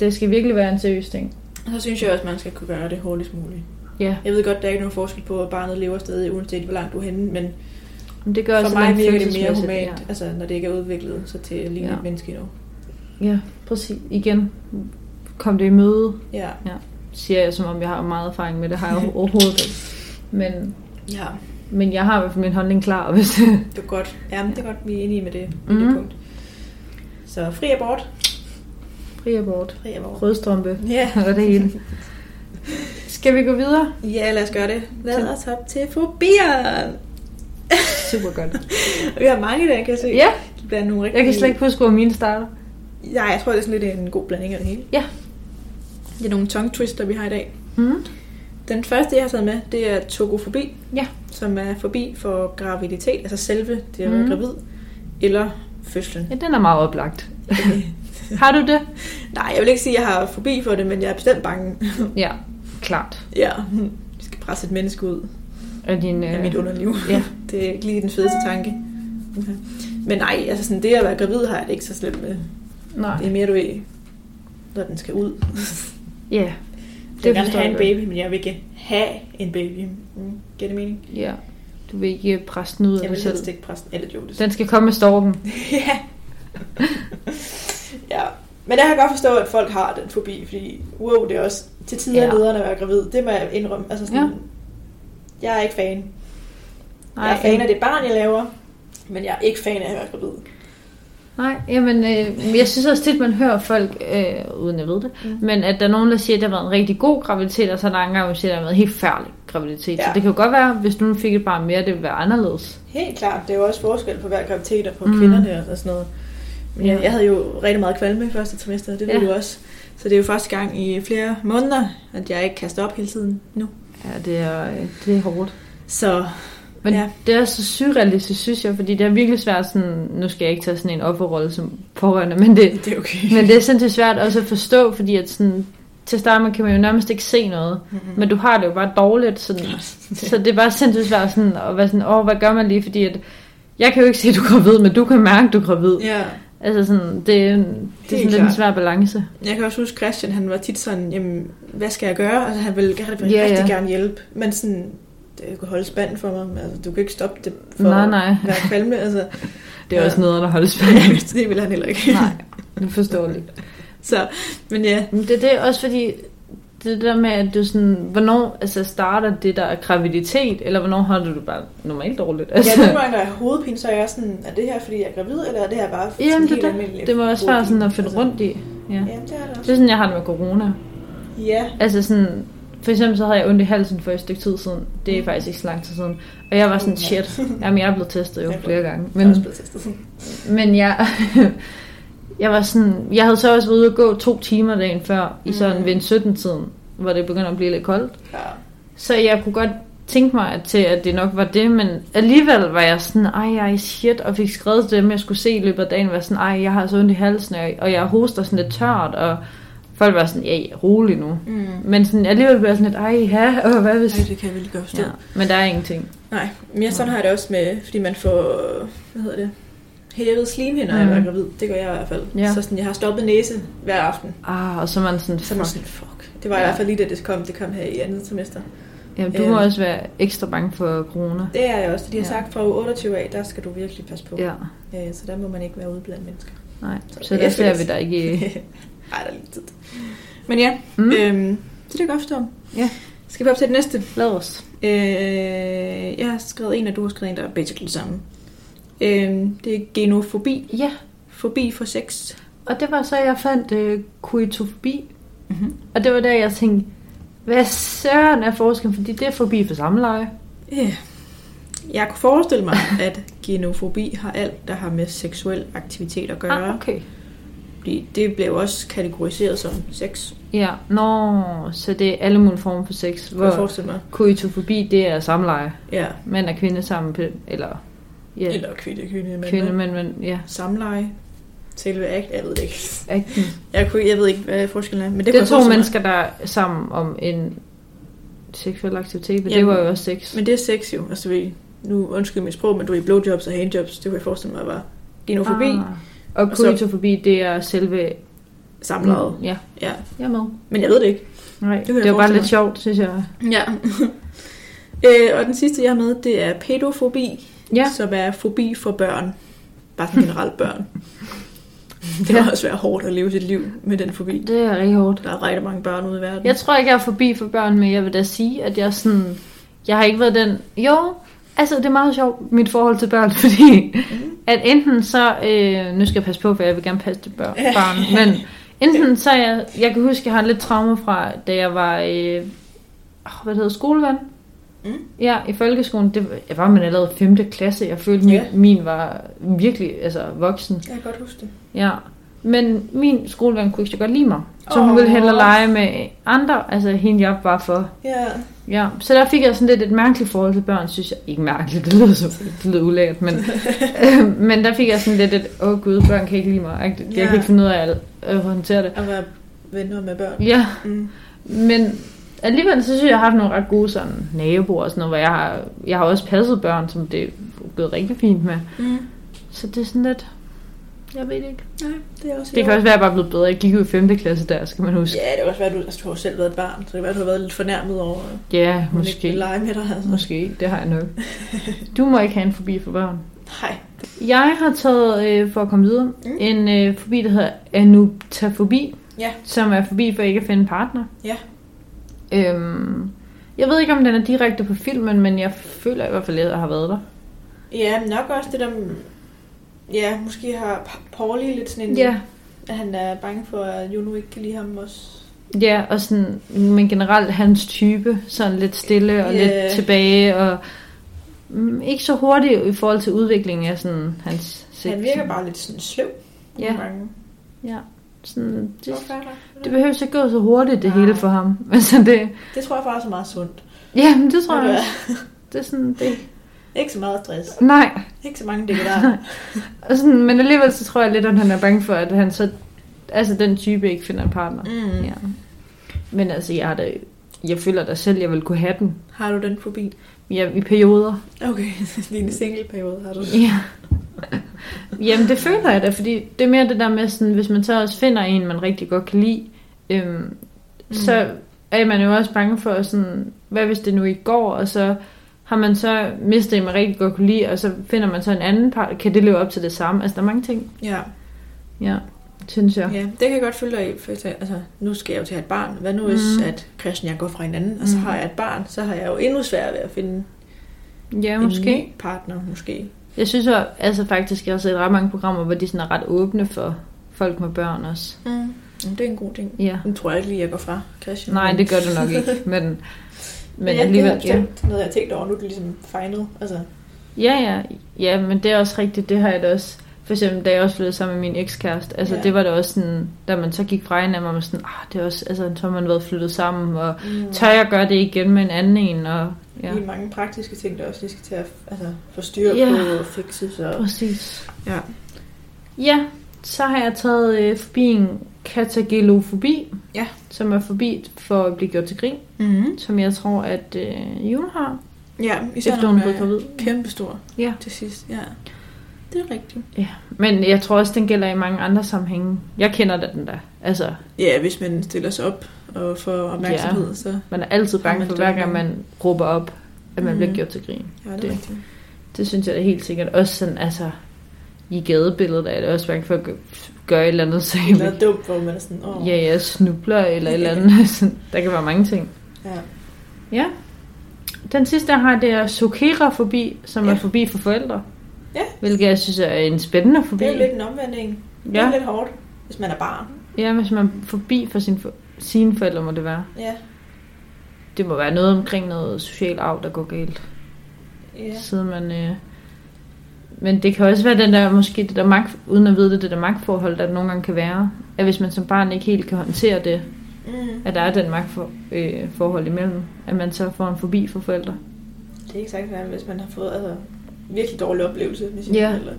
[SPEAKER 1] det skal virkelig være en seriøs ting.
[SPEAKER 2] Og så synes jeg også, at man skal kunne gøre det hurtigst muligt.
[SPEAKER 1] Ja,
[SPEAKER 2] Jeg ved godt, der er ikke nogen forskel på, at barnet lever stadig, uanset hvor langt du er henne, men
[SPEAKER 1] men det gør også,
[SPEAKER 2] for
[SPEAKER 1] at
[SPEAKER 2] mig
[SPEAKER 1] man
[SPEAKER 2] virker det mere
[SPEAKER 1] følelsesmæssigt-
[SPEAKER 2] humant, ja. altså når det ikke er udviklet, så til lige ja.
[SPEAKER 1] Ja.
[SPEAKER 2] et menneske endnu.
[SPEAKER 1] Ja. ja, præcis. Igen, kom det i møde,
[SPEAKER 2] Ja.
[SPEAKER 1] siger jeg, som om jeg har meget erfaring med det, har
[SPEAKER 2] <laughs>
[SPEAKER 1] jeg overhovedet ikke. Men,
[SPEAKER 2] ja,
[SPEAKER 1] men jeg har i hvert fald min holdning klar, og hvis...
[SPEAKER 2] det er godt. Ja, men det er godt, vi er enige med det, mm.
[SPEAKER 1] Mhm.
[SPEAKER 2] det punkt. Så fri abort.
[SPEAKER 1] Fri abort,
[SPEAKER 2] Fri abort.
[SPEAKER 1] rødstrømpe
[SPEAKER 2] Ja.
[SPEAKER 1] <laughs> og det hele. Skal vi gå videre?
[SPEAKER 2] <laughs> ja, lad os gøre det. Lad os hoppe til fobier.
[SPEAKER 1] Super godt.
[SPEAKER 2] <laughs> Vi har mange i dag, kan jeg se.
[SPEAKER 1] Ja,
[SPEAKER 2] Det bliver nogle rigtig...
[SPEAKER 1] jeg kan slet ikke huske, hvor mine starter.
[SPEAKER 2] Nej, jeg tror, det er sådan lidt en god blanding af det hele.
[SPEAKER 1] Ja.
[SPEAKER 2] Det er nogle tongue twister, vi har i dag.
[SPEAKER 1] Mm.
[SPEAKER 2] Den første, jeg har taget med, det er togofobi,
[SPEAKER 1] Ja.
[SPEAKER 2] som er fobi for graviditet, altså selve det at være
[SPEAKER 1] Mhm.
[SPEAKER 2] gravid, eller fødslen.
[SPEAKER 1] Ja, den er meget oplagt. Har du det?
[SPEAKER 2] Nej, jeg vil ikke sige, at jeg har fobi for det, men jeg er bestemt bange.
[SPEAKER 1] Ja, klart.
[SPEAKER 2] ja, vi skal presse et menneske ud
[SPEAKER 1] Og din, øh,
[SPEAKER 2] af mit underliv.
[SPEAKER 1] Ja.
[SPEAKER 2] <laughs> Det er ikke lige den fedeste tanke. Okay. Men nej, altså sådan det at være gravid har jeg det ikke så slemt med.
[SPEAKER 1] Nej.
[SPEAKER 2] Det er mere, du ved, når den skal ud.
[SPEAKER 1] Ja.
[SPEAKER 2] Jeg vil gerne have en
[SPEAKER 1] godt.
[SPEAKER 2] baby, men jeg vil ikke have en baby. Mm, giver det mening?
[SPEAKER 1] Ja. Du vil ikke øh, presse den ud af
[SPEAKER 2] Jeg
[SPEAKER 1] dig
[SPEAKER 2] vil
[SPEAKER 1] selv.
[SPEAKER 2] helst ikke præsten. Eller jo, det
[SPEAKER 1] Den skal komme med storken.
[SPEAKER 2] <laughs> ja. ja. Men jeg kan godt forstå, at folk har den fobi, fordi wow, det er også til tider
[SPEAKER 1] Ja.
[SPEAKER 2] ja. lederen at være gravid. Det må jeg indrømme. Altså sådan,
[SPEAKER 1] Ja.
[SPEAKER 2] ja. Jeg er ikke fan. jeg er fan af det barn, jeg laver, men jeg er ikke fan af at være gravid.
[SPEAKER 1] Nej, jamen, øh, jeg synes også tit, man hører folk, øh, uden jeg ved det, mm.
[SPEAKER 2] Mm.
[SPEAKER 1] men at der er nogen, der siger, at det har været en rigtig god graviditet, og så er der andre, der siger, at det har været en helt færdig graviditet. Ja. Så
[SPEAKER 2] Ja.
[SPEAKER 1] det kan jo godt være, hvis nu fik et barn mere, det ville være anderledes.
[SPEAKER 2] Helt klart, det er jo også forskel på hver graviditet og på
[SPEAKER 1] Mm.
[SPEAKER 2] mm. kvinderne og sådan noget. Men
[SPEAKER 1] Ja.
[SPEAKER 2] jeg, jeg havde jo rigtig meget kvalme i første trimester, det ved
[SPEAKER 1] Ja.
[SPEAKER 2] ja. du også. Så det er jo første gang i flere måneder, at jeg ikke kaster op hele tiden nu.
[SPEAKER 1] Ja, det er, øh, det er hårdt.
[SPEAKER 2] Så
[SPEAKER 1] Men ja.
[SPEAKER 2] Ja.
[SPEAKER 1] det er så surrealistisk, synes jeg, fordi det er virkelig svært sådan, nu skal jeg ikke tage sådan en offerrolle som pårørende, men det,
[SPEAKER 2] <laughs> det er okay.
[SPEAKER 1] men det er sindssygt svært også at forstå, fordi at sådan, til at starte med kan man jo nærmest ikke se noget,
[SPEAKER 2] Mhm.
[SPEAKER 1] men du har det jo bare dårligt, sådan, så det er bare sindssygt svært sådan, at være sådan, åh, hvad gør man lige, fordi at, jeg kan jo ikke se, at du er gravid, men du kan mærke, at du er gravid.
[SPEAKER 2] ja.
[SPEAKER 1] Altså sådan, det er, en- det er sådan
[SPEAKER 2] Helt
[SPEAKER 1] lidt en
[SPEAKER 2] klart.
[SPEAKER 1] svær balance.
[SPEAKER 2] Jeg kan også huske, Christian, han var tit sådan, jamen, hvad skal jeg gøre? Altså, han ville, han ville
[SPEAKER 1] Ja,
[SPEAKER 2] ja,
[SPEAKER 1] ja.
[SPEAKER 2] rigtig gerne hjælpe, men sådan, det kunne holde spand for mig. men Altså, du kan ikke stoppe det for
[SPEAKER 1] nej,
[SPEAKER 2] at
[SPEAKER 1] nej.
[SPEAKER 2] være kvalme.
[SPEAKER 1] <laughs>
[SPEAKER 2] Altså, <laughs>
[SPEAKER 1] Det er
[SPEAKER 2] Ja.
[SPEAKER 1] også noget, der holdes spændende.
[SPEAKER 2] det ville han heller ikke.
[SPEAKER 1] <laughs> nej, det forstår jeg
[SPEAKER 2] <laughs> Så, men ja,
[SPEAKER 1] Men Det, det er også fordi, det der med, at du sådan, hvornår altså, starter det der er graviditet, eller hvornår har du det bare normalt dårligt?
[SPEAKER 2] Altså...
[SPEAKER 1] Altså,
[SPEAKER 2] Ja, nogle gange, når jeg har hovedpine, så er jeg sådan, er det her, fordi jeg er gravid, eller er det her bare
[SPEAKER 1] <laughs>
[SPEAKER 2] sådan
[SPEAKER 1] Jamen, det,
[SPEAKER 2] helt
[SPEAKER 1] det,
[SPEAKER 2] almindelig
[SPEAKER 1] det må også være sådan at finde
[SPEAKER 2] hovedpine? Altså.
[SPEAKER 1] rundt i. Ja.
[SPEAKER 2] Ja, det er det
[SPEAKER 1] Det er
[SPEAKER 2] også.
[SPEAKER 1] sådan, jeg har det med corona.
[SPEAKER 2] Ja,
[SPEAKER 1] Altså sådan, for eksempel så havde jeg ondt i halsen for et stykke tid siden.
[SPEAKER 2] Mm.
[SPEAKER 1] Det er faktisk ikke så lang tid siden. Og jeg var sådan,
[SPEAKER 2] Uha.
[SPEAKER 1] shit, jamen jeg er blevet testet jo
[SPEAKER 2] Mm, Jeg er
[SPEAKER 1] flere gange.
[SPEAKER 2] men...
[SPEAKER 1] Men,
[SPEAKER 2] også blevet testet.
[SPEAKER 1] men jeg, <laughs> jeg var sådan, jeg havde så også været ude at gå to timer dagen før, i sådan
[SPEAKER 2] Mm.
[SPEAKER 1] ved en 17-tiden, hvor det begynder at blive lidt koldt.
[SPEAKER 2] Ja.
[SPEAKER 1] Så jeg kunne godt tænke mig at- til, at det nok var det, men alligevel var jeg sådan, ej, ej, shit, og fik skrevet til dem, jeg skulle se i løbet af dagen, var sådan, ej, jeg har så ondt i halsen, og- og jeg hoster sådan lidt tørt, og folk var sådan, ja, ja, rolig nu.
[SPEAKER 2] Mm.
[SPEAKER 1] Men sådan, alligevel blev jeg sådan lidt, ej, ja, og hvad hvis...
[SPEAKER 2] Nej, det kan jeg virkelig godt forstå.
[SPEAKER 1] Ja,
[SPEAKER 2] Ja.
[SPEAKER 1] men der er ingenting.
[SPEAKER 2] Nej, men jeg sådan har jeg det også med, fordi man får, hvad hedder det, hævet slimhinder, når
[SPEAKER 1] Mm.
[SPEAKER 2] jeg er gravid. Det gør jeg i hvert fald.
[SPEAKER 1] Ja.
[SPEAKER 2] Så sådan, jeg har stoppet næse hver aften.
[SPEAKER 1] Ah, og så er man sådan,
[SPEAKER 2] Så er man
[SPEAKER 1] fuck.
[SPEAKER 2] sådan, fuck. Det var i
[SPEAKER 1] Ja.
[SPEAKER 2] hvert fald lige, da det kom. Det kom her i andet semester.
[SPEAKER 1] Jamen, du må
[SPEAKER 2] Øh.
[SPEAKER 1] også være ekstra bange for corona.
[SPEAKER 2] Det er jeg også. De har
[SPEAKER 1] Ja.
[SPEAKER 2] sagt fra uge 28 af, der skal du virkelig passe på.
[SPEAKER 1] Ja,
[SPEAKER 2] Øh, Så der må man ikke være ude blandt mennesker.
[SPEAKER 1] nej.
[SPEAKER 2] Så
[SPEAKER 1] Så der
[SPEAKER 2] SOS.
[SPEAKER 1] ser vi dig ikke
[SPEAKER 2] <laughs>
[SPEAKER 1] i.
[SPEAKER 2] Ej, der er lidt tid. Men ja,
[SPEAKER 1] Mm.
[SPEAKER 2] mm. øhm, det er det godt forstå.
[SPEAKER 1] Ja.
[SPEAKER 2] Skal vi op til det næste?
[SPEAKER 1] Lad os.
[SPEAKER 2] Øh, jeg har skrevet en, og du har skrevet en, der er basically det samme. Øh, det er genofobi.
[SPEAKER 1] Ja,
[SPEAKER 2] Fobi for sex.
[SPEAKER 1] og det var så, jeg fandt øh, koetofobi,
[SPEAKER 2] Mm-hmm.
[SPEAKER 1] Og det var der, jeg tænkte, hvad søren er forskellen? Fordi det er forbi for samleje.
[SPEAKER 2] Yeah. Øh, Jeg kunne forestille
[SPEAKER 1] <laughs>
[SPEAKER 2] mig, at genofobi har alt, der har med seksuel aktivitet at gøre.
[SPEAKER 1] Ah, okay.
[SPEAKER 2] Fordi det blev jo også kategoriseret som sex,
[SPEAKER 1] Ja, nå, så det er alle mulige former for sex.
[SPEAKER 2] kunne jeg
[SPEAKER 1] Hvor
[SPEAKER 2] forestille mig.
[SPEAKER 1] koetofobi, det er samleje.
[SPEAKER 2] Ja.
[SPEAKER 1] Mænd og kvinde sammen, på- eller ja,
[SPEAKER 2] Eller kvinde, kvinde, mænd.
[SPEAKER 1] kvinde,
[SPEAKER 2] mænd.
[SPEAKER 1] mænd, mænd, ja.
[SPEAKER 2] Samleje. Selve akt, jeg ved det ikke.
[SPEAKER 1] Akten.
[SPEAKER 2] Jeg, kunne, jeg ved ikke, hvad forskellen er. Men det,
[SPEAKER 1] Det
[SPEAKER 2] kunne
[SPEAKER 1] er
[SPEAKER 2] jeg
[SPEAKER 1] to
[SPEAKER 2] forestille mig.
[SPEAKER 1] mennesker, der er sammen om en seksuel aktivitet, men det
[SPEAKER 2] Jamen.
[SPEAKER 1] var jo også sex.
[SPEAKER 2] Men det er sex jo. Altså, vi, nu undskyld mit sprog, men du er blowjobs og handjobs. Det kunne jeg forestille mig var genofobi. Ah.
[SPEAKER 1] Ah. Og
[SPEAKER 2] Og så-
[SPEAKER 1] koetofobi, det er selve...
[SPEAKER 2] Samlejet.
[SPEAKER 1] Ja,
[SPEAKER 2] Ja.
[SPEAKER 1] jeg er med.
[SPEAKER 2] Men jeg ved det ikke.
[SPEAKER 1] Nej,
[SPEAKER 2] kan jeg
[SPEAKER 1] det var bare
[SPEAKER 2] forestille
[SPEAKER 1] lidt sjovt, synes jeg.
[SPEAKER 2] Ja. <laughs> øh, og den sidste, jeg har med, det er pædofobi,
[SPEAKER 1] Ja,
[SPEAKER 2] som er fobi for børn. Bare sådan generelt børn. Det
[SPEAKER 1] Ja.
[SPEAKER 2] kan også være hårdt at leve sit liv med den fobi.
[SPEAKER 1] det er rigtig hårdt.
[SPEAKER 2] Der er rigtig mange børn ude i verden.
[SPEAKER 1] Jeg tror ikke, jeg er forbi for børn, men jeg vil da sige, at jeg sådan... Jeg har ikke været den... Jo, altså det er meget sjovt, mit forhold til børn, <laughs> fordi
[SPEAKER 2] Mhm.
[SPEAKER 1] at enten så... Øh, nu skal jeg passe på, for jeg vil gerne passe til børn, barn, men enten så er jeg... Jeg kan huske, jeg har lidt trauma fra, da jeg var... Øh, åh, hvad det hedder, skolevalg?
[SPEAKER 2] Mm.
[SPEAKER 1] Ja, i folkeskolen, det var- jeg var man allerede 5. klasse. Jeg følte, min,
[SPEAKER 2] Ja.
[SPEAKER 1] min var virkelig altså, voksen.
[SPEAKER 2] jeg kan godt huske det.
[SPEAKER 1] Ja, men min skoleven kunne ikke så godt lide mig. Så hun
[SPEAKER 2] Åh.
[SPEAKER 1] ville hellere lege med andre, altså hende jeg var for.
[SPEAKER 2] Ja.
[SPEAKER 1] Ja, så der fik jeg sådan lidt et mærkeligt forhold til børn, synes jeg. Ikke mærkeligt, det lyder, så, det lyder ulækkert, <laughs> men, øh, men der fik jeg sådan lidt et, åh oh, gud, børn kan ikke lide mig. Jeg, jeg
[SPEAKER 2] Ja.
[SPEAKER 1] kan ikke finde ud af at, at håndtere det.
[SPEAKER 2] At være venner med børn.
[SPEAKER 1] Ja,
[SPEAKER 2] Mm.
[SPEAKER 1] men alligevel så synes jeg, jeg har haft nogle ret gode sådan, naboer og sådan noget, hvor jeg har, jeg har også passet børn, som det er gået rigtig fint med.
[SPEAKER 2] Mm.
[SPEAKER 1] Så det er sådan lidt, jeg ved det ikke.
[SPEAKER 2] Nej, det er også i
[SPEAKER 1] Det kan
[SPEAKER 2] orden.
[SPEAKER 1] også være, at jeg bare er blevet bedre. Jeg gik jo i 5. klasse der, skal man huske.
[SPEAKER 2] Ja, det kan også være, at du, altså, du har jo selv været et barn, så det kan være, at du har været lidt fornærmet over, at
[SPEAKER 1] Ja, yeah,
[SPEAKER 2] hun ikke
[SPEAKER 1] måske.
[SPEAKER 2] vil lege med dig. Altså.
[SPEAKER 1] Måske, det har jeg
[SPEAKER 2] <laughs>
[SPEAKER 1] nok. Du må ikke have en fobi for børn.
[SPEAKER 2] Nej.
[SPEAKER 1] Jeg har taget, øh, for at komme videre,
[SPEAKER 2] Mm.
[SPEAKER 1] mm. en øh, fobi, der hedder anuptafobi.
[SPEAKER 2] Ja.
[SPEAKER 1] Som er fobi for ikke at finde en partner.
[SPEAKER 2] Ja.
[SPEAKER 1] Øhm, jeg ved ikke, om den er direkte på filmen, men jeg føler i hvert fald, at jeg har været der.
[SPEAKER 2] Ja, men nok også det der... Ja, måske har Pa- Pauli lidt sådan en...
[SPEAKER 1] Ja.
[SPEAKER 2] At han er bange for, at Juno ikke kan lide ham også.
[SPEAKER 1] Ja, og sådan, men generelt hans type, sådan lidt stille og
[SPEAKER 2] Ja.
[SPEAKER 1] yeah. lidt tilbage, og mm, ikke så hurtigt i forhold til udviklingen af sådan hans sex.
[SPEAKER 2] Han virker bare lidt sådan sløv.
[SPEAKER 1] Ja.
[SPEAKER 2] nogle gange.
[SPEAKER 1] Sådan,
[SPEAKER 2] Det,
[SPEAKER 1] det,
[SPEAKER 2] er fair nok.
[SPEAKER 1] det behøver ikke gå så hurtigt, det
[SPEAKER 2] Nej.
[SPEAKER 1] hele for ham. <laughs> Altså det,
[SPEAKER 2] det tror jeg faktisk er meget sundt.
[SPEAKER 1] ja, men det tror
[SPEAKER 2] Ved
[SPEAKER 1] jeg
[SPEAKER 2] du
[SPEAKER 1] også. Det er sådan, det,
[SPEAKER 2] hvad? Ikke så meget stress.
[SPEAKER 1] nej,
[SPEAKER 2] Ikke så
[SPEAKER 1] <laughs>
[SPEAKER 2] mange dækker der.
[SPEAKER 1] Og sådan, men alligevel så tror jeg lidt, at han er bange for, at han så... Altså, den type ikke finder en partner.
[SPEAKER 2] Mm.
[SPEAKER 1] Ja. Men altså, jeg, har da, jeg føler da selv, jeg vil kunne have den.
[SPEAKER 2] Har du den fobi?
[SPEAKER 1] Ja, i perioder.
[SPEAKER 2] Okay, <laughs> din singleperiode har du.
[SPEAKER 1] Ja. Jamen, det føler jeg da, fordi det er mere det der med, sådan, hvis man så også finder en, man rigtig godt kan lide, øhm, mm. så er man jo også bange for, sådan, hvad hvis det nu ikke går, og så har man så mistet en, man rigtig godt kunne lide, og så finder man så en anden part, kan det leve op til det samme? Altså, der er mange ting,
[SPEAKER 2] Ja.
[SPEAKER 1] ja, synes jeg.
[SPEAKER 2] ja, det kan jeg godt følge dig i. For jeg tænker, altså, nu skal jeg jo til at have et barn. Hvad nu hvis,
[SPEAKER 1] Mm.
[SPEAKER 2] at Christian og jeg går fra hinanden, og så
[SPEAKER 1] Mm.
[SPEAKER 2] har jeg et barn, så har jeg jo endnu sværere ved at finde
[SPEAKER 1] Ja,
[SPEAKER 2] en
[SPEAKER 1] måske.
[SPEAKER 2] ny partner, måske.
[SPEAKER 1] Øhm, Jeg synes jo, altså faktisk, jeg har set ret mange programmer, hvor de sådan er ret åbne for folk med børn også.
[SPEAKER 2] Mm. Jamen, det er en god ting.
[SPEAKER 1] Ja.
[SPEAKER 2] Nu tror jeg ikke lige, jeg går fra Christian.
[SPEAKER 1] Nej, det gør du nok ikke, men, men
[SPEAKER 2] Mm. ja,
[SPEAKER 1] alligevel,
[SPEAKER 2] det er
[SPEAKER 1] ja.
[SPEAKER 2] bestemt noget, jeg har tænkt over, nu er det ligesom fejnet. Altså,
[SPEAKER 1] Ja, ja, ja, men det er også rigtigt, det har jeg da også. For eksempel, da jeg også flyttede sammen med min ekskæreste, altså
[SPEAKER 2] Ja.
[SPEAKER 1] ja. det var da også sådan, da man så gik fra hinanden, var man sådan, ah, det er også, altså, så har man været flyttet sammen, og
[SPEAKER 2] mm.
[SPEAKER 1] tør jeg gøre det igen med en anden en, og ja,
[SPEAKER 2] Lige mange praktiske ting, der også lige skal til at altså, få styr
[SPEAKER 1] Ja.
[SPEAKER 2] på og fikses. Og...
[SPEAKER 1] præcis.
[SPEAKER 2] Ja.
[SPEAKER 1] Ja, så har jeg taget øh, fobien katagelofobi,
[SPEAKER 2] Ja.
[SPEAKER 1] som er forbi for at blive gjort til grin.
[SPEAKER 2] Mm-hmm.
[SPEAKER 1] som jeg tror, at øh, June har,
[SPEAKER 2] Ja, især
[SPEAKER 1] efter
[SPEAKER 2] når
[SPEAKER 1] hun
[SPEAKER 2] man
[SPEAKER 1] blev
[SPEAKER 2] er
[SPEAKER 1] gravid.
[SPEAKER 2] Kæmpestor
[SPEAKER 1] Ja.
[SPEAKER 2] til sidst, ja. Det er rigtigt.
[SPEAKER 1] Men jeg tror også, den gælder i mange andre sammenhænge. Jeg kender da den der. Altså,
[SPEAKER 2] Ja, hvis man stiller sig op og får opmærksomhed, ja. så
[SPEAKER 1] man er altid bange
[SPEAKER 2] Men
[SPEAKER 1] for,
[SPEAKER 2] det er
[SPEAKER 1] hver gang
[SPEAKER 2] den.
[SPEAKER 1] man råber op, at man
[SPEAKER 2] Mhm.
[SPEAKER 1] bliver gjort til grin.
[SPEAKER 2] ja, det er
[SPEAKER 1] Det-
[SPEAKER 2] rigtigt.
[SPEAKER 1] Det synes jeg da helt sikkert. Også sådan, altså, i gadebilledet er det også bange for at gø- gøre et eller andet, så
[SPEAKER 2] Det er noget dumt, hvor man er sådan, åh,
[SPEAKER 1] ja, jeg snubler eller et eller
[SPEAKER 2] <laughs>
[SPEAKER 1] andet. Sådan, der kan være mange ting.
[SPEAKER 2] ja.
[SPEAKER 1] Ja. Den sidste, jeg har, det er sokerafobi, som
[SPEAKER 2] Ja.
[SPEAKER 1] er forbi for forældre.
[SPEAKER 2] Ja.
[SPEAKER 1] Hvilket jeg synes er en spændende forbi.
[SPEAKER 2] Det er jo lidt en omvending. Det er
[SPEAKER 1] ja.
[SPEAKER 2] lidt hårdt, hvis man er barn.
[SPEAKER 1] Ja, hvis man er forbi for sin for, sine forældre, må det være.
[SPEAKER 2] Ja.
[SPEAKER 1] Det må være noget omkring noget social arv, der går galt.
[SPEAKER 2] ja.
[SPEAKER 1] Ja. Siden man, øh... Men det kan også være den der, måske det der magt, uden at vide det, det der magtforhold, der nogle gange kan være. At hvis man som barn ikke helt kan håndtere det,
[SPEAKER 2] Mm.
[SPEAKER 1] at der er den magtforhold øh, forhold imellem, at man så får en forbi for forældre.
[SPEAKER 2] Det er ikke sagt, hvad, hvis man har fået altså, virkelig dårlig oplevelse med sine
[SPEAKER 1] Ja.
[SPEAKER 2] forældre.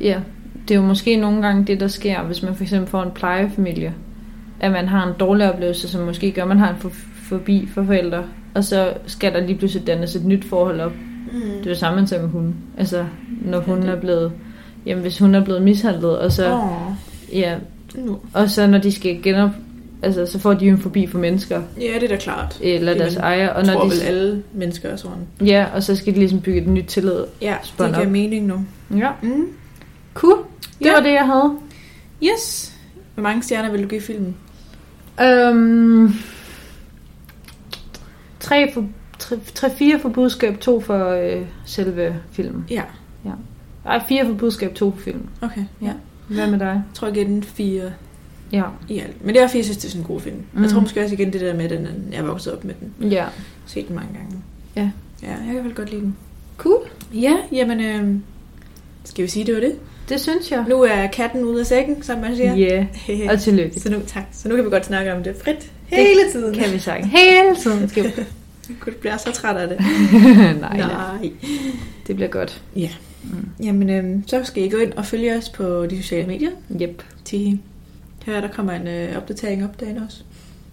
[SPEAKER 1] Ja, det er jo måske nogle gange det, der sker, hvis man for eksempel får en plejefamilie, at man har en dårlig oplevelse, som måske gør, at man har en for, forbi for forældre, og så skal der lige pludselig dannes et nyt forhold op.
[SPEAKER 2] Mm.
[SPEAKER 1] Det er jo samme man ser med hunden. Altså, når
[SPEAKER 2] Ja,
[SPEAKER 1] hun
[SPEAKER 2] det-
[SPEAKER 1] er blevet... Jamen, hvis hun er blevet mishandlet, og så...
[SPEAKER 2] Åh.
[SPEAKER 1] Ja,
[SPEAKER 2] Nu.
[SPEAKER 1] og så når de skal genop... Altså, så får de jo en forbi for mennesker,
[SPEAKER 2] Ja, det er da klart.
[SPEAKER 1] eller
[SPEAKER 2] Det
[SPEAKER 1] deres
[SPEAKER 2] man
[SPEAKER 1] ejer, og
[SPEAKER 2] Og
[SPEAKER 1] når
[SPEAKER 2] tror vel
[SPEAKER 1] de...
[SPEAKER 2] alle mennesker er sådan.
[SPEAKER 1] Ja, og så skal de ligesom bygge et nyt tillid.
[SPEAKER 2] Ja,
[SPEAKER 1] Spånd
[SPEAKER 2] det giver
[SPEAKER 1] op.
[SPEAKER 2] mening nu.
[SPEAKER 1] Ja.
[SPEAKER 2] Mm.
[SPEAKER 1] Cool. Det
[SPEAKER 2] Ja.
[SPEAKER 1] var det, jeg havde.
[SPEAKER 2] Yes. Hvor mange stjerner vil du give filmen?
[SPEAKER 1] Øhm, tre, for, tre, tre, fire for budskab, to for øh, selve filmen.
[SPEAKER 2] Ja.
[SPEAKER 1] Ej, fire for budskab, to for filmen.
[SPEAKER 2] Okay, ja.
[SPEAKER 1] Hvad med dig?
[SPEAKER 2] Jeg tror igen den fire
[SPEAKER 1] Ja.
[SPEAKER 2] i alt. Men det er fordi, jeg synes, det er sådan en god film. Mm. Jeg
[SPEAKER 1] Mm.
[SPEAKER 2] tror måske også igen det der med, at den, er- jeg er vokset op med den.
[SPEAKER 1] Ja.
[SPEAKER 2] Set den mange gange.
[SPEAKER 1] Ja.
[SPEAKER 2] Ja, jeg kan vel godt lide den.
[SPEAKER 1] Cool.
[SPEAKER 2] Ja, jamen, øh, skal vi sige, det var det?
[SPEAKER 1] Det synes jeg.
[SPEAKER 2] Nu er katten ude af sækken, som man siger.
[SPEAKER 1] Ja. Yeah.
[SPEAKER 2] <laughs> Yeah.
[SPEAKER 1] Og tillykke.
[SPEAKER 2] Så nu, tak. Så nu kan vi godt snakke om det frit hele tiden. <laughs>
[SPEAKER 1] Kan vi sagt. Hele tiden.
[SPEAKER 2] Gud, bliver så træt af det.
[SPEAKER 1] <laughs> Nej, nej, det bliver godt. Mm.
[SPEAKER 2] Jamen, øhm, så skal I gå ind og følge os på de sociale medier.
[SPEAKER 1] Yep.
[SPEAKER 2] De her, der kommer en øh, opdatering op dagen også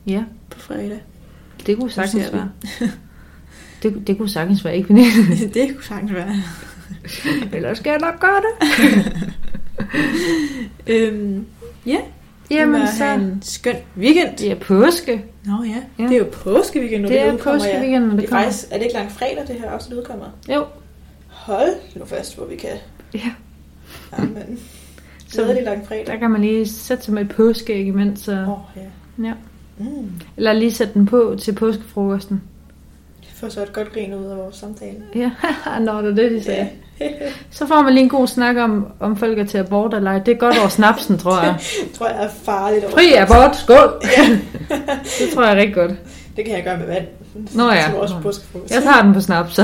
[SPEAKER 1] Ja,
[SPEAKER 2] på
[SPEAKER 1] <laughs>
[SPEAKER 2] fredag.
[SPEAKER 1] det kunne
[SPEAKER 2] Nu
[SPEAKER 1] sagtens
[SPEAKER 2] ser vi.
[SPEAKER 1] være. Det, det kunne sagtens være, ikke
[SPEAKER 2] <laughs>
[SPEAKER 1] Pernille?
[SPEAKER 2] det kunne sagtens være.
[SPEAKER 1] Ellers skal jeg nok gøre det.
[SPEAKER 2] Øhm,
[SPEAKER 1] Jamen
[SPEAKER 2] Jamen, så...
[SPEAKER 1] så,
[SPEAKER 2] en skøn weekend.
[SPEAKER 1] det er påske.
[SPEAKER 2] Nå ja.
[SPEAKER 1] Ja.
[SPEAKER 2] det er jo påskeweekend, når
[SPEAKER 1] Det er
[SPEAKER 2] udkommer, ja.
[SPEAKER 1] påskeweekend, når
[SPEAKER 2] Det
[SPEAKER 1] det
[SPEAKER 2] er
[SPEAKER 1] kommer.
[SPEAKER 2] faktisk, er det ikke langt fredag, det her afsnit udkommer?
[SPEAKER 1] Jo,
[SPEAKER 2] Hold nu fast, hvor vi kan.
[SPEAKER 1] Ja.
[SPEAKER 2] Jamen,
[SPEAKER 1] Så-
[SPEAKER 2] så er det langt fredag.
[SPEAKER 1] der kan man lige sætte sig med et påskeæg imens.
[SPEAKER 2] Åh,
[SPEAKER 1] Så,
[SPEAKER 2] oh, ja.
[SPEAKER 1] ja.
[SPEAKER 2] Mm.
[SPEAKER 1] Eller lige sætte den på til påskefrokosten.
[SPEAKER 2] Få så et godt grin ud af vores samtale.
[SPEAKER 1] Ja, <laughs> nå, det er det, de sagde.
[SPEAKER 2] Ja.
[SPEAKER 1] Så får man lige en god snak om, om folk er til abort eller ej. Det er godt over snapsen, tror jeg.
[SPEAKER 2] <laughs> Det tror jeg er farligt over.
[SPEAKER 1] Fri abort,
[SPEAKER 2] <laughs>
[SPEAKER 1] skål! <laughs> det tror jeg er rigtig godt.
[SPEAKER 2] Det kan jeg gøre med vand.
[SPEAKER 1] Nå ja.
[SPEAKER 2] Som også
[SPEAKER 1] Nå.
[SPEAKER 2] påskefrokost.
[SPEAKER 1] Jeg tager den på
[SPEAKER 2] <laughs>
[SPEAKER 1] snaps.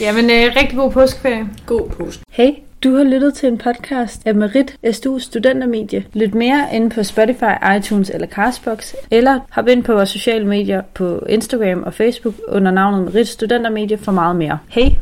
[SPEAKER 1] Jamen, øh, rigtig god påskeferie.
[SPEAKER 2] God påske.
[SPEAKER 1] Hey, du har lyttet til en podcast af Merit SDU Studentermedie. Lyt mere inde på Spotify, iTunes eller Castbox, eller hop ind på vores sociale medier på Instagram og Facebook under navnet Merit Studentermedie for meget mere. Hej!